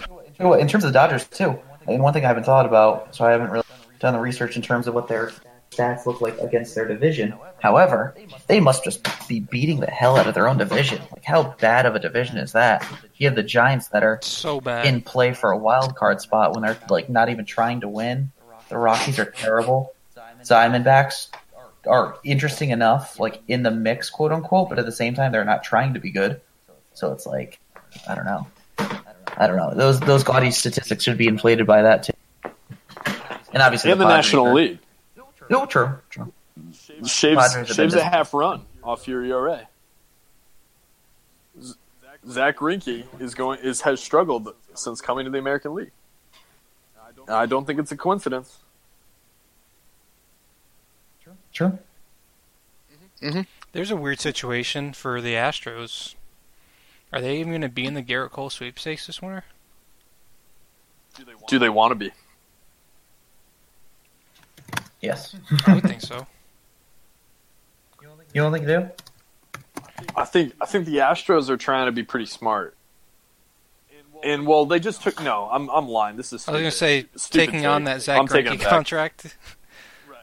You know what, in terms of the Dodgers, too, and one thing I haven't thought about, so I haven't really done the research in terms of what their stats look like against their division. However, they must just be beating the hell out of their own division. Like, how bad of a division is that? You have the Giants that are
So bad.
in play for a wild card spot when they're like not even trying to win. The Rockies are terrible. Diamondbacks are interesting enough, like in the mix, quote unquote, but at the same time they're not trying to be good. So it's like I don't know. I don't know. Those those gaudy statistics should be inflated by that too. And obviously
In the
Padres
National
are-
League,
No, true, true. Padres have
shaves,
been
shaves a
dis-
half run off your ERA. Z- Zach Greinke is going is has struggled since coming to the American League. I don't think it's a coincidence.
True.
There's a weird situation for the Astros. Are they even going to be in the Garrett Cole sweepstakes this winter?
Do they want to be?
Yes.
I
*laughs*
would think so.
You don't think they do?
I think I think the Astros are trying to be pretty smart. And well, they just took no. I'm I'm lying. This is
I was going to
stupid. *laughs*
say,
Stupid
taking on
take.
that Zach
I'm taking
Greinke
it back.
contract. *laughs*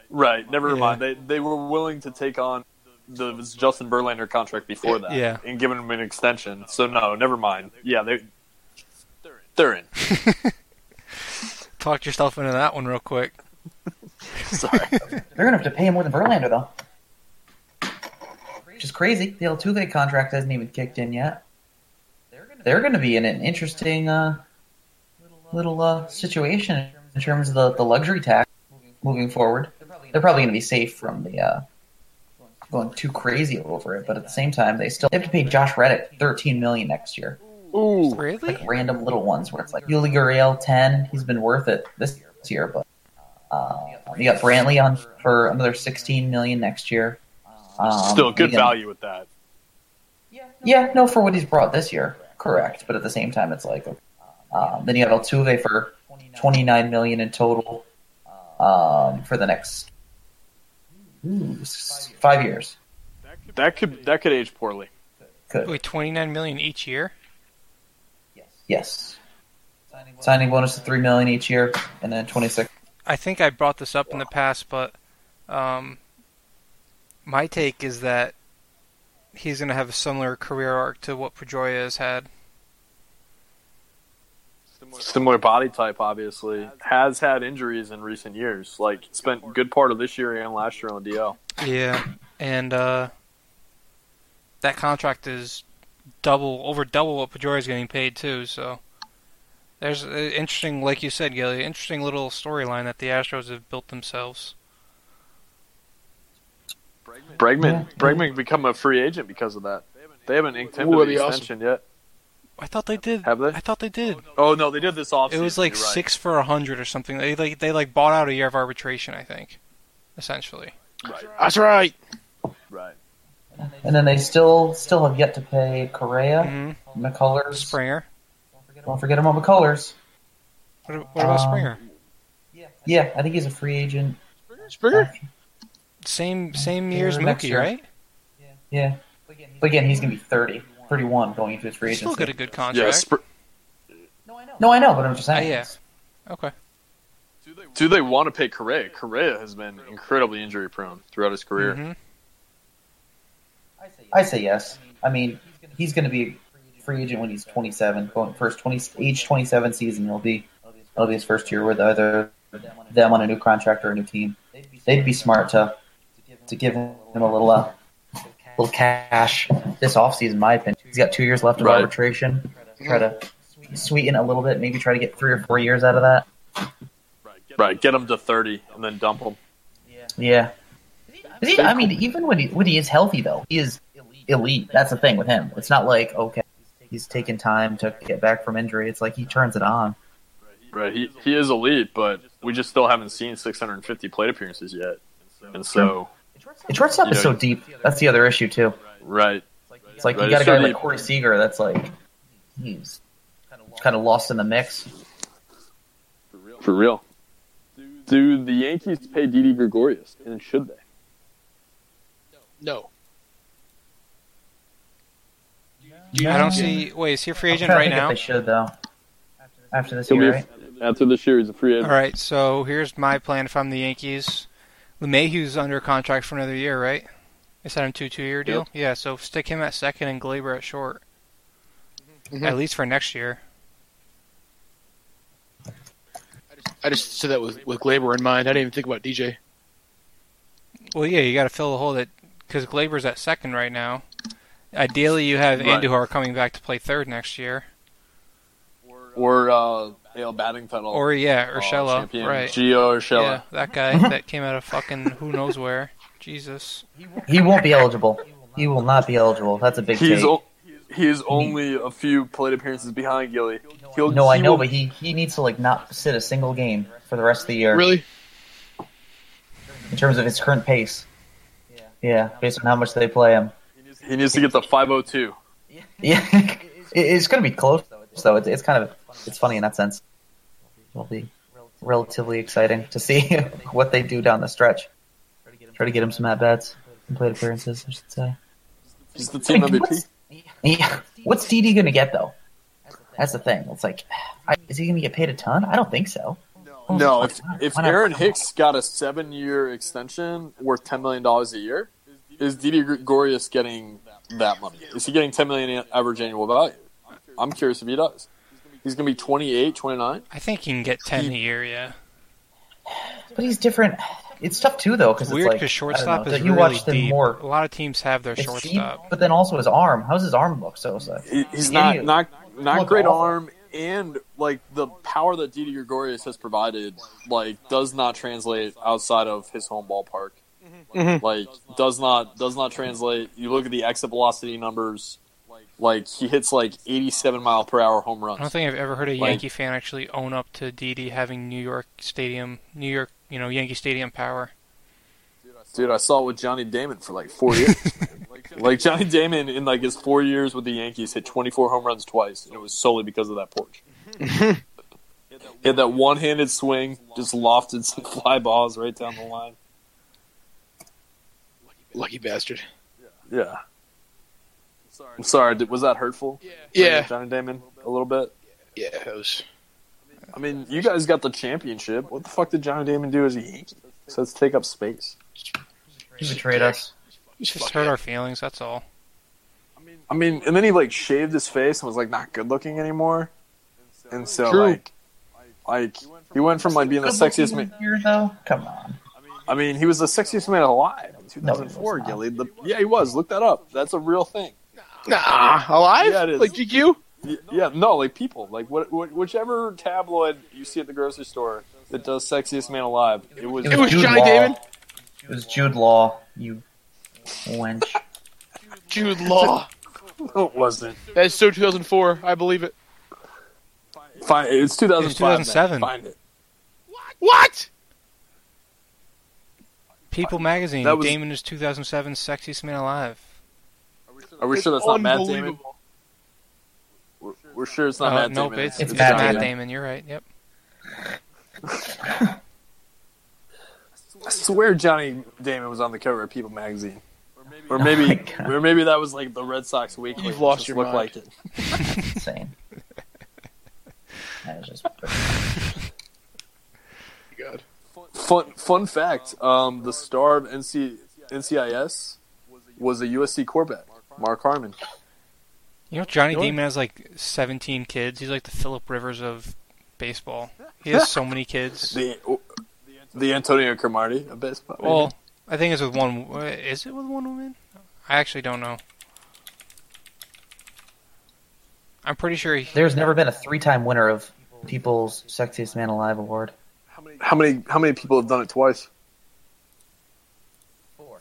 Right. Never
Yeah.
mind. They they were willing to take on the Justin Verlander contract before that,
Yeah.
and giving him an extension. So no, never mind. Yeah, they they're in.
Talked yourself into that one real quick.
Sorry.
They're gonna have to pay him more than Verlander though. Which is crazy. The Altuve contract hasn't even kicked in yet. They're gonna be in an interesting uh, little uh, situation in terms of the, the luxury tax moving forward. They're probably gonna be safe from the uh, going too crazy over it, but at the same time they still they have to pay Josh Reddick thirteen million next year.
Ooh,
Really?
Like random little ones where it's like Yuli Gurriel ten, he's been worth it this year, but uh, you got Brantley on for another sixteen million next year. Um,
Still good
you know,
value with that.
Yeah, no, for what he's brought this year, correct. But at the same time, it's like um, then you got Altuve for twenty nine million in total um, for the next ooh, s- five years.
That could that could age poorly.
Could
Wait, twenty nine million each year?
yes, signing bonus of three million each year, and then twenty six.
I think I brought this up in the past, but um, my take is that he's going to have a similar career arc to what Pedroia has had.
Similar body type, obviously, has had injuries in recent years. Like spent good part of this year and last year on DL.
Yeah, and uh, that contract is double over double what Pedroia's getting paid too. So there's an interesting, like you said, Gilly, interesting little storyline that the Astros have built themselves.
Bregman Bregman become a free agent because of that. They haven't inked him
Ooh,
to
that'd
the
be awesome.
extension yet.
I thought they did.
Have they?
I thought they did.
Oh no, they did this offseason.
It was like
you're right.
six for a hundred or something. They like they like bought out a year of arbitration, I think, essentially.
Right,
That's right.
right.
And then they still still have yet to pay Correa,
hmm
McCullers.
Springer.
Don't forget about McCullers.
What, what about
Um,
Springer?
Yeah, I think he's a free agent.
Springer?
Same same year as
Springer next
Mookie,
year.
right?
Yeah. But again, he's going to be 30, 31 going into his free agency.
Still got a good contract.
Yeah, Spr-
No, I know, but I'm just
Ah,
saying.
yeah. Okay.
do they want to pay Correa? Correa has been incredibly injury prone throughout his career.
Mhm.
I say yes. I mean, he's going to be a free agent when he's 27. Going first 20, age 27 season, he'll be that'll be his first year with either them on a new contract or a new team. They'd be smart to to give him a little uh, little cash this offseason, in my opinion. He's got two years left of
Right.
arbitration. Try to sweeten a little bit, maybe try to get three or four years out of that.
Mm-hmm.
Right, get him to thirty and then dump him.
Yeah. Is he- I mean, even when he when he is healthy, though, he is elite. That's the thing with him. It's not like okay, he's taking time to get back from injury. It's like he turns it on.
Right, he he is elite, but we just still haven't seen 650 plate appearances yet, and so
The shortstop is
Yeah.
so deep. That's the other issue too.
right,
It's like you
Right,
got a
it's so
guy like
deep.
Corey Seager. That's like he's kind of lost in the mix.
for real. Do the Yankees pay Didi Gregorius, and should they?
No.
I don't see. Wait, is he a free
I'm
agent
trying
right
to think if
now?
They should though. After this
He'll be
year,
a-
right?
after this year. He's a free
All
agent.
right. So here's my plan. If I'm the Yankees, LeMahieu's under contract for another year, right? Is that a two two year deal? Yeah. So stick him at second and Glaber at short.
Mm-hmm.
Mhm.
At least for next year.
I just said that with, with Glaber in mind. I didn't even think about DJ.
Well, yeah, you got to fill the hole that because Glaber's at second right now. Ideally, you have
Right.
Andujar coming back to play third next year,
Or uh, AL batting title.
or yeah,
uh,
Urshela,
champion,
right?
Gio
Yeah,
Urshela.
that
*laughs*
guy that came out of fucking who knows where. Jesus.
He won't be eligible. He will not be eligible. That's a big.
He's
He's
o- he is only a few plate appearances behind Gilly. He'll,
no, I
he
know,
will-
but he he needs to like not sit a single game for the rest of the year.
Really?
in terms of his current pace. Yeah, based on how much they play him.
he needs to get the 502.
*laughs* Yeah, it, it's going to be close though. It's, it's kind of it's funny in that sense. It'll be relatively exciting to see *laughs* what they do down the stretch. Try to get him some at bats and plate appearances. I should say.
He's the team
Like,
MVP.
what's- Yeah, what's DD going to get though? That's the thing. It's like, I, is he going to get paid a ton? I don't think so. Oh.
No, if if
Why not?
Aaron Hicks got a seven year extension worth ten million dollars a year, is Didi Gregorius getting that money? Is he getting ten million average annual value? I'm curious if he does. He's going to be 28, 29.
I think he can get ten a year. Yeah.
But he's different. It's tough too though because
Weird
it's
because
like, I
shortstop
don't know,
is
you
really
watch them
deep.
more
A lot of teams have their
It's
shortstop.
deep, but then also his arm. How's his arm look so so?
He- He's
Idiot.
not not not
Look
great
awful.
arm, and like the power that Didi Gregorius has provided, like does not translate outside of his home ballpark.
Mhm.
Like does not does not translate. You look at the exit velocity numbers. Like he hits like 87 mile per hour home runs.
I don't think I've ever heard a
Like-
Yankee fan actually own up to Didi having New York Stadium, New York, you know, Yankee Stadium power.
Dude, I saw it with Johnny Damon for like four years. like Johnny Damon in like his four years with the Yankees hit 24 home runs twice, and it was solely because of that porch. He had that one-handed swing, just lofted some *laughs* fly balls right down the line.
Lucky bastard.
Yeah. I'm sorry. did- Was that hurtful?
Yeah,
Johnny Damon, a little bit.
yeah, that was.
I mean, you guys got the championship. What the fuck did Johnny Damon do as a Yankee? So let's take up space.
He betrayed us.
He's
Just
fucking-
hurt our feelings. That's all.
I mean, and then he like shaved his face and was like not good looking anymore. And so
True.
like, like he went from like being the sexiest man.
Here, though? Come on.
I mean, he was the sexiest man alive in
No,
2004.
he was not.
Gilly. The, yeah, he was. Look that up. That's a real thing.
Nah, alive?
Yeah, it is.
Like GQ?
Y- Yeah, no, like people, like what, what, whichever tabloid you see at the grocery store that does sexiest man alive, it was.
It was
Jude
Johnny
Law.
Damon.
It was Jude Law, you wench.
Jude *laughs* Law.
*laughs* no, it wasn't.
That's so 2004. I believe it.
Fine, it's 2005. man.
2007.
Find it.
What?
People magazine.
That was-
Damon is 2007 sexiest man alive.
Are we sure that's not Matt Damon?
Oh
We're, we're sure it's not
Uh,
Matt
nope,
Damon.
it's,
It's
it's
Matt
Matt
Damon.
Damon. You're right.
*laughs*
Yep.
I swear Johnny Damon was on the cover of People magazine. Or maybe,
Oh my God.
*laughs* or maybe that was like the Red Sox weekly.
You've
It
lost
just
your
looked
mind.
Like it.
Insane. That was just
God.
Fun, fun fact: um, the star of NC, NCIS was a USC quarterback, Mark Harmon.
You know Johnny
You know what?
Damon has like 17 kids. He's like the Philip Rivers of baseball. He has so many kids.
*laughs* The the Antonio Cromartie of baseball.
Oh.
Well, I think it's with one. Is it with one woman? I actually don't know. I'm pretty sure he,
There's never been a three-time winner of People's Sexiest Man Alive award.
how many how many people have done it twice?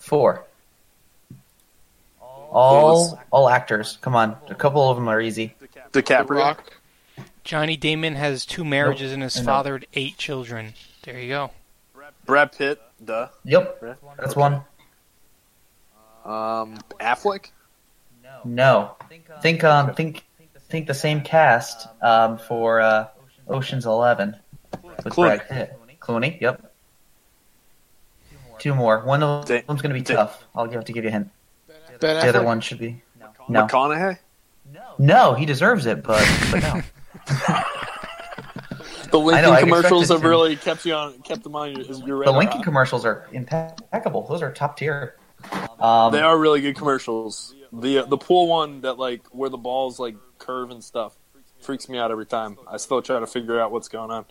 Four. All all actors. Come on, a couple of them are easy.
The
DiCaprio.
Rock.
Johnny Damon has two marriages and has
I know.
fathered eight children. There you go.
Brad Pitt. Duh.
Yep, that's one.
Um, Affleck.
Hmm. No, think um think think the same cast um for uh, Ocean's Eleven with Brad
Clooney.
Pitt, Clooney. Yep. Two more. One of
Da-
them's gonna be
Da-
tough. I'll have to give you a hint.
Ben
The other
Affleck.
one should be no.
McConaughey.
No, he deserves it, but but
*laughs*
no.
The Lincoln
I
commercials
expected
have
to.
really kept you on kept them on your, your
The
radar.
Lincoln commercials are impeccable. Those are top tier. Um,
They are really good commercials. The uh, the pool one that like where the balls like curve and stuff freaks me out every time. I still try to figure out what's going on.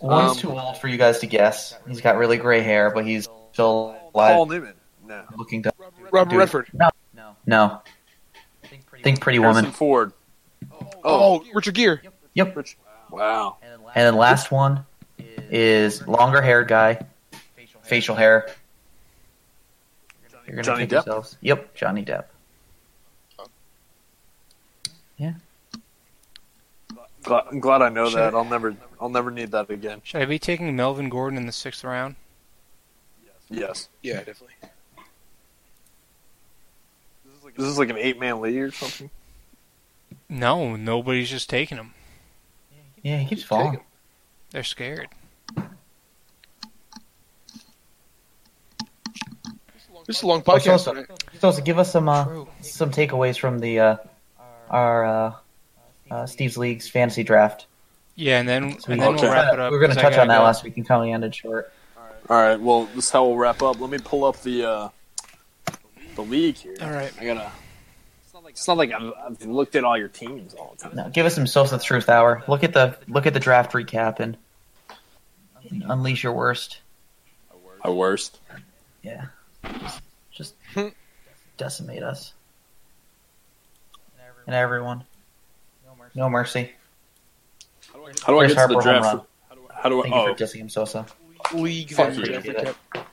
One's
Um,
too old for you guys to guess. He's got really gray hair, but he's still
Paul
alive,
Newman. No.
looking to.
Robert
Dude.
Redford.
No, think Pretty
Harrison
Woman.
Ford.
Oh, Richard Gere.
Yep. And
Rich. Wow.
then last one is longer haired guy, facial hair. You're gonna
Johnny
kick
Depp?
yourselves. Yep, Johnny Depp.
Glad, I'm glad I know
Sure.
that. I'll never I'll never need that again.
Should I be taking Melvin Gordon in the sixth round?
Yes.
Yeah, definitely.
This is like an eight man league or something.
No, nobody's just taking him.
Yeah, he keeps falling.
They're scared.
This is a long
Oh, so-
podcast.
so-
right?
So, so give us some uh,
True.
some takeaways from the uh, our uh, uh, Steve's League's fantasy draft.
Yeah, and then
So
and
we-
then
Okay.
we'll wrap it up.
We were gonna
'cause I
touch
gotta
on that
go.
last week and kind of ended short.
All right. Well, this is how we'll wrap up. Let me pull up the uh, the league here.
All right.
I gotta. It's not like I've, I've looked at all your teams all the time.
No, give us some Sosa Truth Hour. Look at the look at the draft recap and, and unleash your worst.
My worst.
Yeah, just decimate us and everyone. No mercy.
How do I
Bryce
get to the
Harper home
draft?
run.
How do I?
Thank you
Oh,
for dissing him, Sosa.
League
Fuck
Van
you.
Jeff recap.
oh,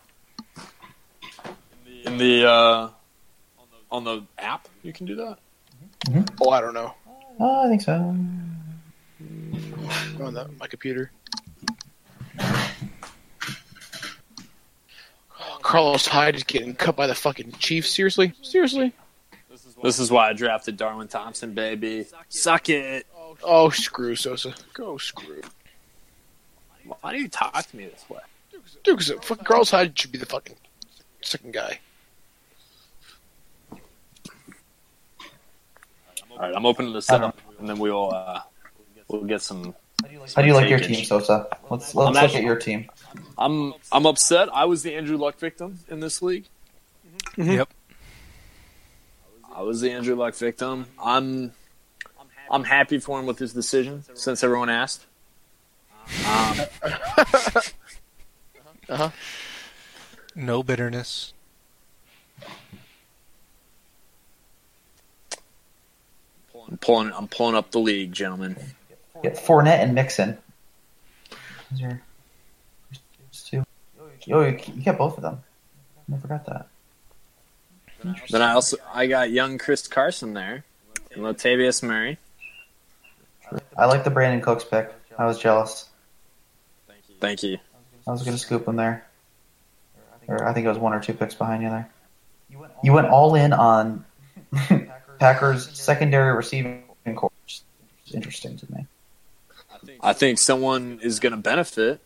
in the uh, on the app, you can do that.
Oh, I don't know.
Oh, I think so.
I'm on that, my computer. Oh, Carlos Hyde is getting cut by the fucking Chiefs. Seriously, seriously.
This is why I drafted Darwin Thompson, baby. Suck it.
Oh, screw Sosa. Go screw.
Why do you talk to me this way?
Dude, 'cause it- fuck, Carlos Hyde should be the fucking second guy. *laughs*
All right, I'm opening this up, and then we'll uh, we'll get some.
How do you like your team, Sosa? Let's let's look at your team.
I'm I'm upset. I was the Andrew Luck victim in this league.
Yep.
I was the Andrew Luck victim. I'm I'm happy for him with his decision since everyone asked. Um,
No bitterness.
I'm pulling I'm pulling up the league, gentlemen.
Get Fournette and Mixon. Those are- those two. Oh, you you got both of them. I forgot that.
Then I also I got young Chris Carson there, and Latavius Murray.
I like the Brandon Cooks pick. I was jealous.
Thank you.
I was gonna scoop him there. Or I think it was one or two picks behind you there. You went all in on Packers secondary receiving core. It's interesting to me.
I think someone is going to benefit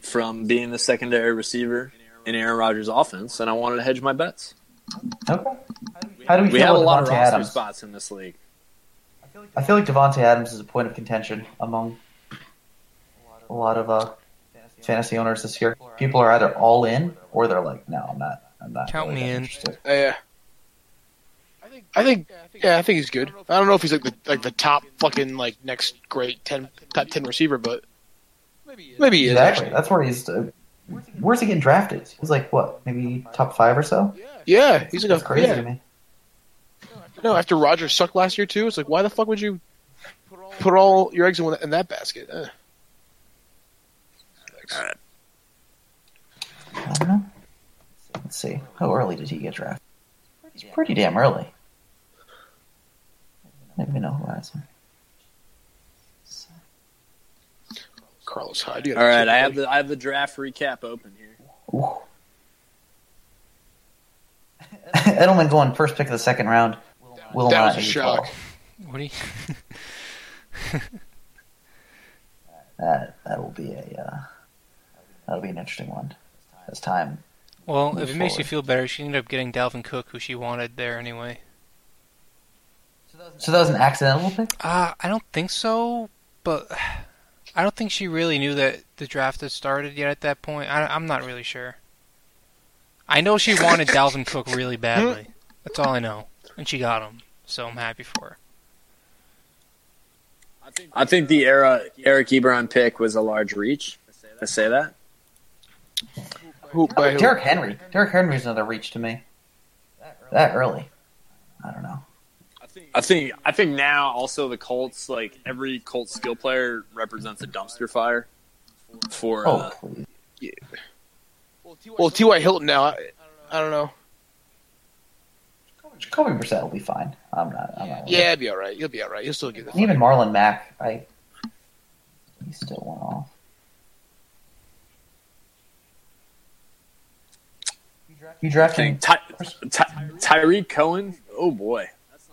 from being the secondary receiver in Aaron Rodgers' offense, and I wanted to hedge my bets.
Okay. How do we,
We
feel
have a
about
lot of
Devontae
roster
Adams?
spots in this league.
I feel like Devonte Adams is a point of contention among a lot of uh, fantasy owners this year. People are either all in or they're like, "No, I'm not. I'm not."
Count me
that
in.
interested."
Yeah. I think, yeah, I think he's good. I don't know if he's like the like the top fucking like next great ten top ten receiver, but maybe he is.
Exactly.
Actually.
That's where he's. Uh, where's he getting drafted? He's like what? Maybe top five or so.
Yeah, he's like
That's
a
crazy
yeah.
to me.
No, after Rogers sucked last year too, it's like why the fuck would you put all your eggs in, one- in that basket? Eh.
I don't know. Let's see. How early did he get drafted? It's pretty damn early. I don't even know who has him.
Carlos Hyde. you
All
gotta
right, I
keep-
have the I have the draft recap open here.
Ooh. *laughs* Edelman going first pick of the second round. Will
That was
not
a
eat
shock.
ball.
What do you?
That that will be a uh, that'll be an interesting one. As time,
Well,
Move
if it makes you
forward.
feel better, she ended up getting Dalvin Cook, who she wanted there anyway.
so that was an accidental pick.
Uh, I don't think so, but I don't think she really knew that the draft had started yet at that point. I, I'm not really sure. I know she *laughs* wanted Dalvin Cook really badly. That's all I know. And she got him, so I'm happy for her.
I think the uh, era Eric Ebron pick was a large reach. I say that.
Who, by who?
Derrick Henry. Derrick Henry's another reach to me. That early. I don't know.
I think I think now also the Colts like every Colts skill player represents a dumpster fire for
Oh
uh,
please.
Well, T.Y. Hilton now. I, I don't know.
Jacoby Brissett will be fine. I'm not. I'm not. worried.
Yeah, it'd be all right. He'll be all right. He'll still get the.
And even Marlon Mack. I. He still went off. You drafted
thing. Ty, Ty, Tyreek Cohen. Oh boy,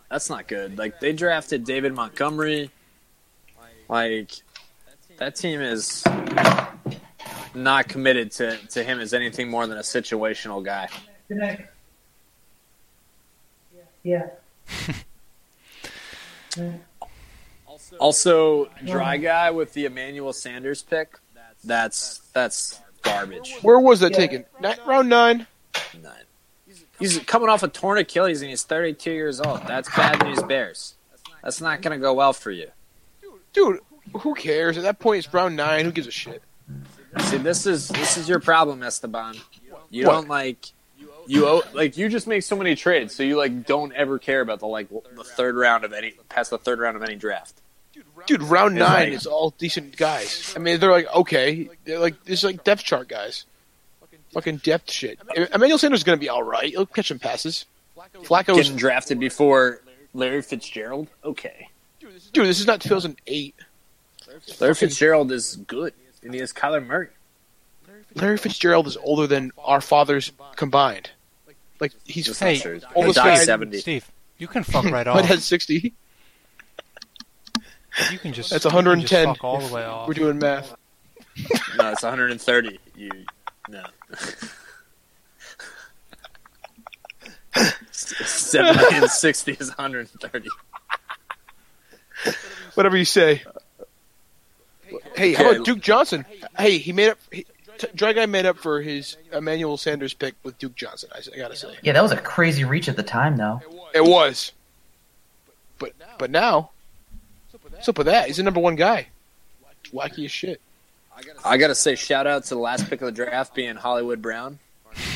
that's not good. Like they drafted David Montgomery. Like that team is not committed to, to him as anything more than a situational guy.
Good night. Yeah.
Also, dry guy with the Emmanuel Sanders pick. That's that's garbage.
Where was that taken? Ni- round nine.
None. He's coming off a torn Achilles and he's 32 years old. That's bad news, Bears. That's not going to go well for you.
Dude, who cares? At that point, it's round nine. Who gives a shit?
See, this is this is your problem, Esteban. You
What?
don't like you owe, like you just make so many trades, so you like don't ever care about the like the third round of any past the third round of any draft.
Dude, round
It's
nine
like-
is all decent guys. I mean, they're like okay, they're like it's like depth chart guys, fucking depth shit. Emmanuel Sanders is gonna be all right. He'll catch some passes. Flacco
Getting
was,
drafted before Larry Fitzgerald. Okay,
dude. This is not 2008.
Larry Fitzgerald is good, and he has Kyler Murray.
Larry Fitzgerald is older than our fathers combined. Like he's
Just
Hey,
not sure.
all
He
this
died
guy-
seventy.
Steve, you can fuck
*laughs*
right
But
off.
has sixty.
You can just
That's
you can
110
just fuck all the way off.
We're doing math.
No, it's 130. You no. Seventy and sixty is 130.
Whatever you say. Hey, how about Duke Johnson? Hey, he made up. He, T- Dry Guy made up for his Emmanuel Sanders pick with Duke Johnson. I, s- I gotta say,
Yeah, that was a crazy reach at the time, though.
it was. But but now, what's up with that? He's the number one guy. Wacky as shit.
I gotta say, shout out to the last pick of the draft being Hollywood Brown,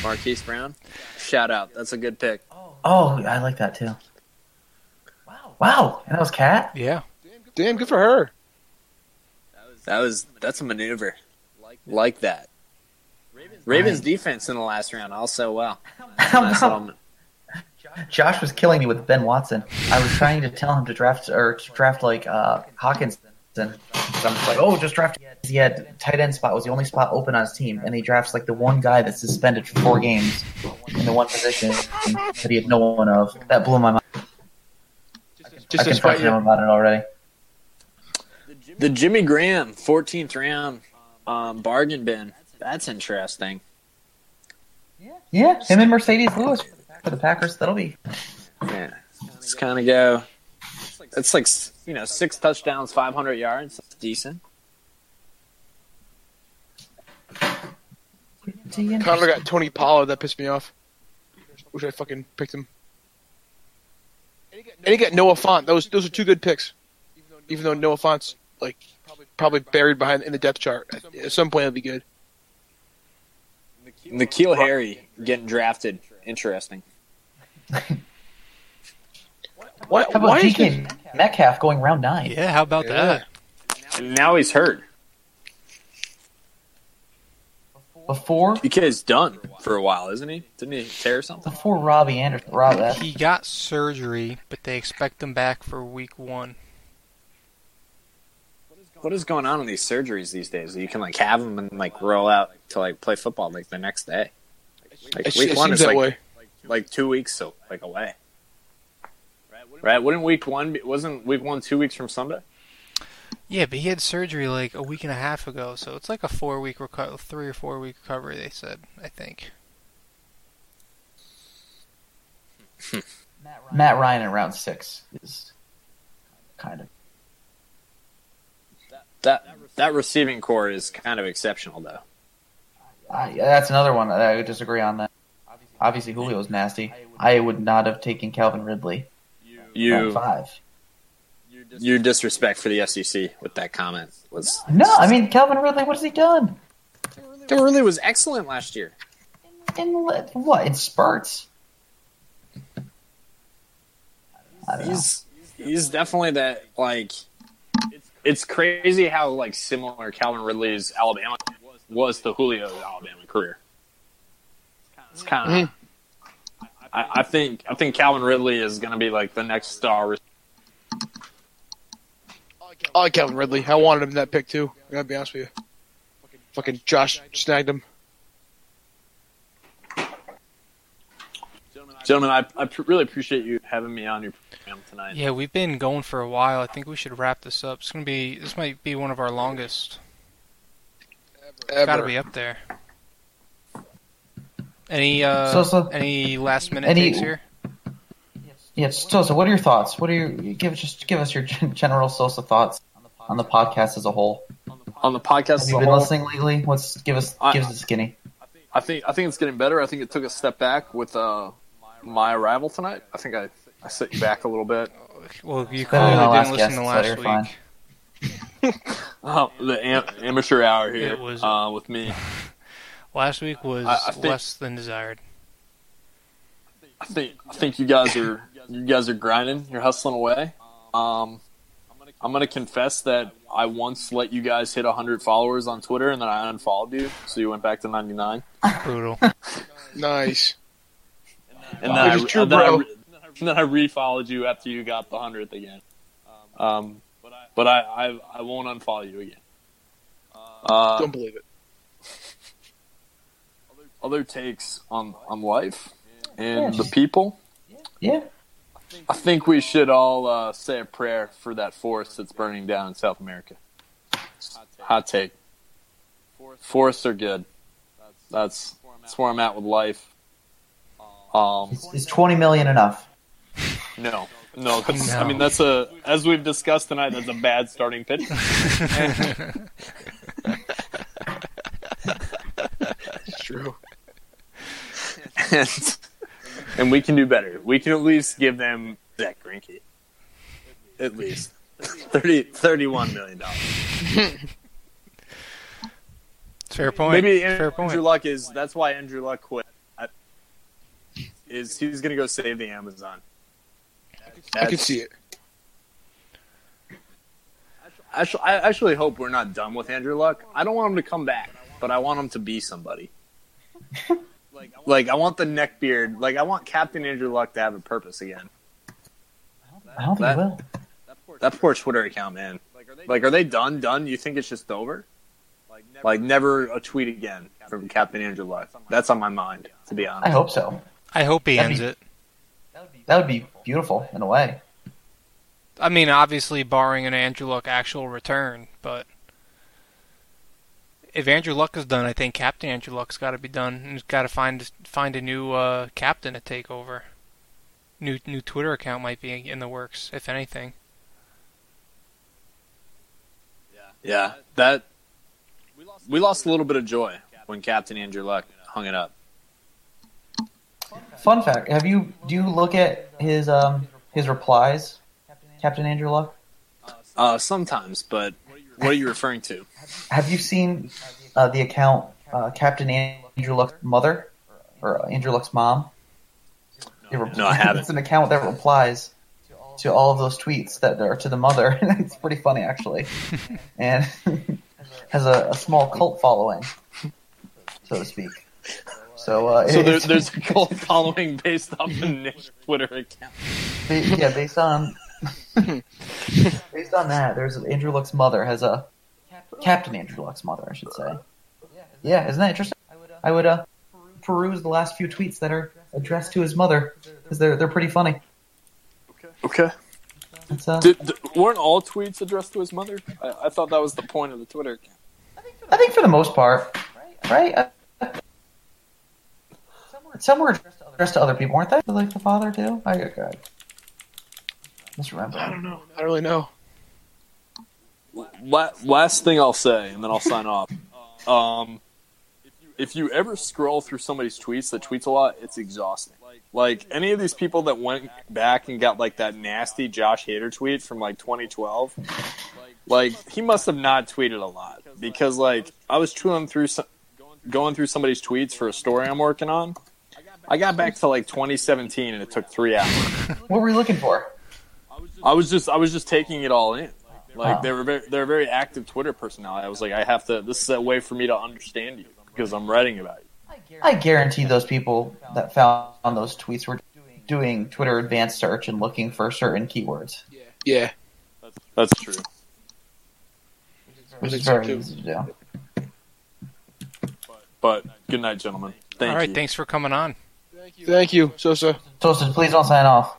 Marquise Brown. Shout out. That's a good pick.
Oh, I like that too. Wow, wow, and that was Cat. *laughs*
Yeah,
Damn, good for her.
That was that's a maneuver. Like that. Ravens defense in the last round also well. Nice little-
Josh was killing me with Ben Watson. I was trying to tell him to draft or to draft like uh, Hawkinson. 'Cause I'm just like, oh, just draft. He had tight end spot was the only spot open on his team, and he drafts like the one guy that's suspended for four games in the one position that he had no one of. That blew my mind. I
Just
confronted
despite
him
you.
about it already.
The Jimmy Graham 14th round um, bargain bin. That's interesting.
Yeah, him and Mercedes Lewis for the Packers. That'll be
Yeah. It's kind of go. It's like you know six touchdowns, 500 yards. That's decent.
pretty
Connor
interesting.
got Tony Pollard. That pissed me off. Wish I fucking picked him. And he got Noah Font. Those those are two good picks. Even though Noah Font's like probably buried behind in the depth chart. At- At some point, it'll be good.
Nikhil Harry getting drafted. Interesting.
Why?
How
why
about
is this-
DK Metcalf going round nine?
yeah. How about
Yeah.
that?
And now he's hurt.
Before
DK's done for a while, isn't he? Didn't he tear something?
before Robbie Anderson. Rob, uh, that-
He got surgery, but they expect him back for week one.
What is going on in these surgeries these days? You can like have them and like roll out to like play football like the next day. Like
It,
week
it
one
seems
is
that
like
way.
like two weeks so like away. Right? Wouldn't week one be, wasn't week one two weeks from Sunday?
Yeah, but he had surgery like a week and a half ago, so it's like a four week reco- three or four week recovery. They said, I think.
Matt Ryan in round six is kind of.
That that receiving core is kind of exceptional though.
I, Uh, that's another one that I would disagree on. That obviously Julio's nasty. I would not have taken Calvin Ridley round
You
five.
your disrespect for the SEC with that comment was
No, I mean Calvin Ridley. What has he done?
that really was excellent last year.
In le- what? In spurts. I don't know.
He's he's definitely that like it's crazy how like similar Calvin Ridley's Alabama was to Julio's Alabama career. It's kind of. I, I think I think Calvin Ridley is going to be like the next star. re-
I like Calvin Ridley. I wanted him in that pick too. I gotta be honest with you. Fucking Josh snagged him.
Gentlemen, I, I pr- really appreciate you having me on your program tonight.
Yeah, we've been going for a while. I think we should wrap this up. It's gonna be this might be one of our longest. Got to
Ever.
be up there. Any uh,
So, so-
any last minute
Any-
takes here?
Yeah, Sosa. What are your thoughts? What are your give just give us your gen- general Sosa thoughts on the podcast as a whole?
On the podcast,
Have
as
you
a
been
whole,
listening lately? What's give us
I-
give us a skinny?
I think I think it's getting better. I think it took a step back with uh, my arrival tonight. I think I, I set you back a little bit.
Well, you
Better than
clearly
our
didn't listen
last guest,
to last
so you're
week.
fine.
Oh, the am- amateur hour here
It was-
uh, with me.
Last week was
I- I think-
less than desired.
I think I think you guys are you guys are grinding. You're hustling away. Um, I'm gonna confess that I once let you guys hit 100 followers on Twitter, and then I unfollowed you, so you went back to 99.
Brutal. *laughs*
Nice.
And then,
Wow.
I,
Which is true,
and then, I,
bro.
re- and then I refollowed you after you got the 100th again. Um, but I, I I won't unfollow you again. Uh,
Don't believe it.
other takes on on life and the people.
Yeah.
I think we should all uh, say a prayer for that forest that's burning down in South America. Hot take. Forests are good. That's that's where I'm at with life. Um,
Is, is 20 million enough?
no, no. that's- I mean, that's a as we've discussed tonight. That's a bad starting pitch.
It's true.
and, and we can do better. We can at least give them Zach Greinke. At least 30, 31 million dollars.
Fair point.
Maybe
Fair
Andrew
point.
Luck is. That's why Andrew Luck quit. I, is he's going to go save the Amazon?
I can see it.
Actually, I actually hope we're not done with Andrew Luck. I don't want him to come back, but I want him to be somebody. like I want the neck beard. Like I want Captain Andrew Luck to have a purpose again.
I don't think
That-
it will.
That poor Twitter account, man. Like, are they done? Done? You think it's just over? Like, never a tweet again from Captain Andrew Luck. That's on my mind, to be
I
honest.
hope so.
I hope he
That'd
ends
be-
it.
That would be beautiful in a way.
I mean, obviously, barring an Andrew Luck actual return, but if Andrew Luck is done, I think Captain Andrew Luck's got to be done, and he's got to find find a new uh, captain to take over. New new Twitter account might be in the works, if anything.
Yeah, that we lost a little bit of joy when Captain Andrew Luck hung it up.
Fun fact: Have you do you look at his um his replies, Captain Andrew Luck?
Uh, sometimes, but what are you referring to?
Have you seen uh, the account uh, Captain Andrew Luck's mother or Andrew Luck's mom? It re-
No, I haven't.
It's an account that replies to all of those tweets that are to the mother, *laughs* and it's pretty funny actually, and *laughs* has a, a small cult following, so to speak. So, *laughs* uh,
So there,
it's-
there's a cult following based off the Nick's Twitter account.
Ba- yeah, based on based on that, there's Andrew Luck's mother has a Captain Andrew Luck's mother, I should say. Yeah, isn't that interesting? I would uh, peruse the last few tweets that are addressed to his mother because they're they're pretty funny.
Okay.
It's, uh,
Did, d- weren't all tweets addressed to his mother? I, I thought that was the point of the Twitter account.
I think for the most part, right? Uh, some were addressed to other people, weren't they? Like the father too. I, I, I
I
misremember.
don't know. I don't really know.
La- last thing I'll say, and then I'll sign off. Um, if you ever scroll through somebody's tweets that tweets a lot, it's exhausting. Like any of these people that went back and got like that nasty Josh Hader tweet from like 2012, like he must have not tweeted a lot because like I was chewing through some, going through somebody's tweets for a story I'm working on. I got back to like 2017 and it took three hours.
What were we looking for?
I was just I was just taking it all in. Like
Wow.
they were very, they're a very active Twitter personality. I was like, I have to. This is a way for me to understand you because I'm writing about you.
I guarantee those people that found those tweets were doing Twitter advanced search and looking for certain keywords,
Yeah,
That's true.
which is
so
very
too.
easy to do.
But good night, gentlemen. Thank
All right,
you.
thanks for coming on.
Thank you, Sosa.
Toasted, please don't sign off.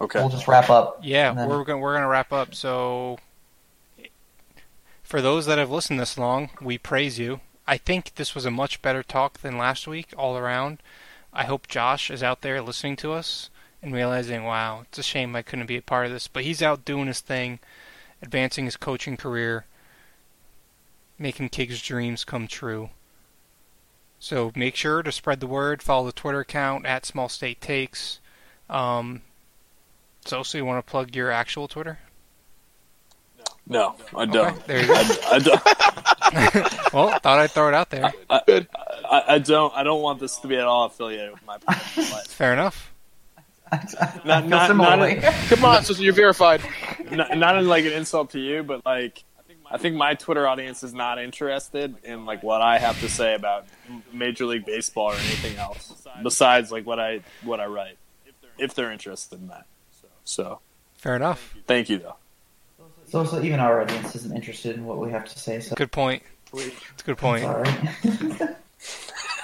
okay.
We'll just wrap up. *laughs*
Yeah,
And then-
we're gonna we're gonna wrap up. So, for those that have listened this long, we praise you. I think this was a much better talk than last week, all around. I hope Josh is out there listening to us and realizing, wow, it's a shame I couldn't be a part of this, but he's out doing his thing, advancing his coaching career, making kids' dreams come true. So make sure to spread the word. Follow the Twitter account at Small State Takes. Um, so, so you want to plug your actual Twitter?
No, I don't.
Okay, there you
*laughs*
go.
I, I don't.
well, thought I'd throw it out there.
I, I don't. I don't want this to be at all affiliated with
*laughs*
my personal life.
Fair enough.
Not, not, not,
Similarly,
in,
Come on, Sosa. You're verified.
not, not in like an insult to you, but like I think my Twitter audience is not interested in like what I have to say about Major League Baseball or anything else besides like what I what I write. If they're interested in that, so
Fair enough.
thank you though.
so, so even our audience isn't interested in what we have to say. So *laughs*
Good point. It's a good point.
sorry.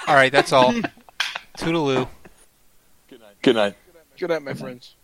All right, that's all. Toodaloo.
Good night.
Good night, my friends.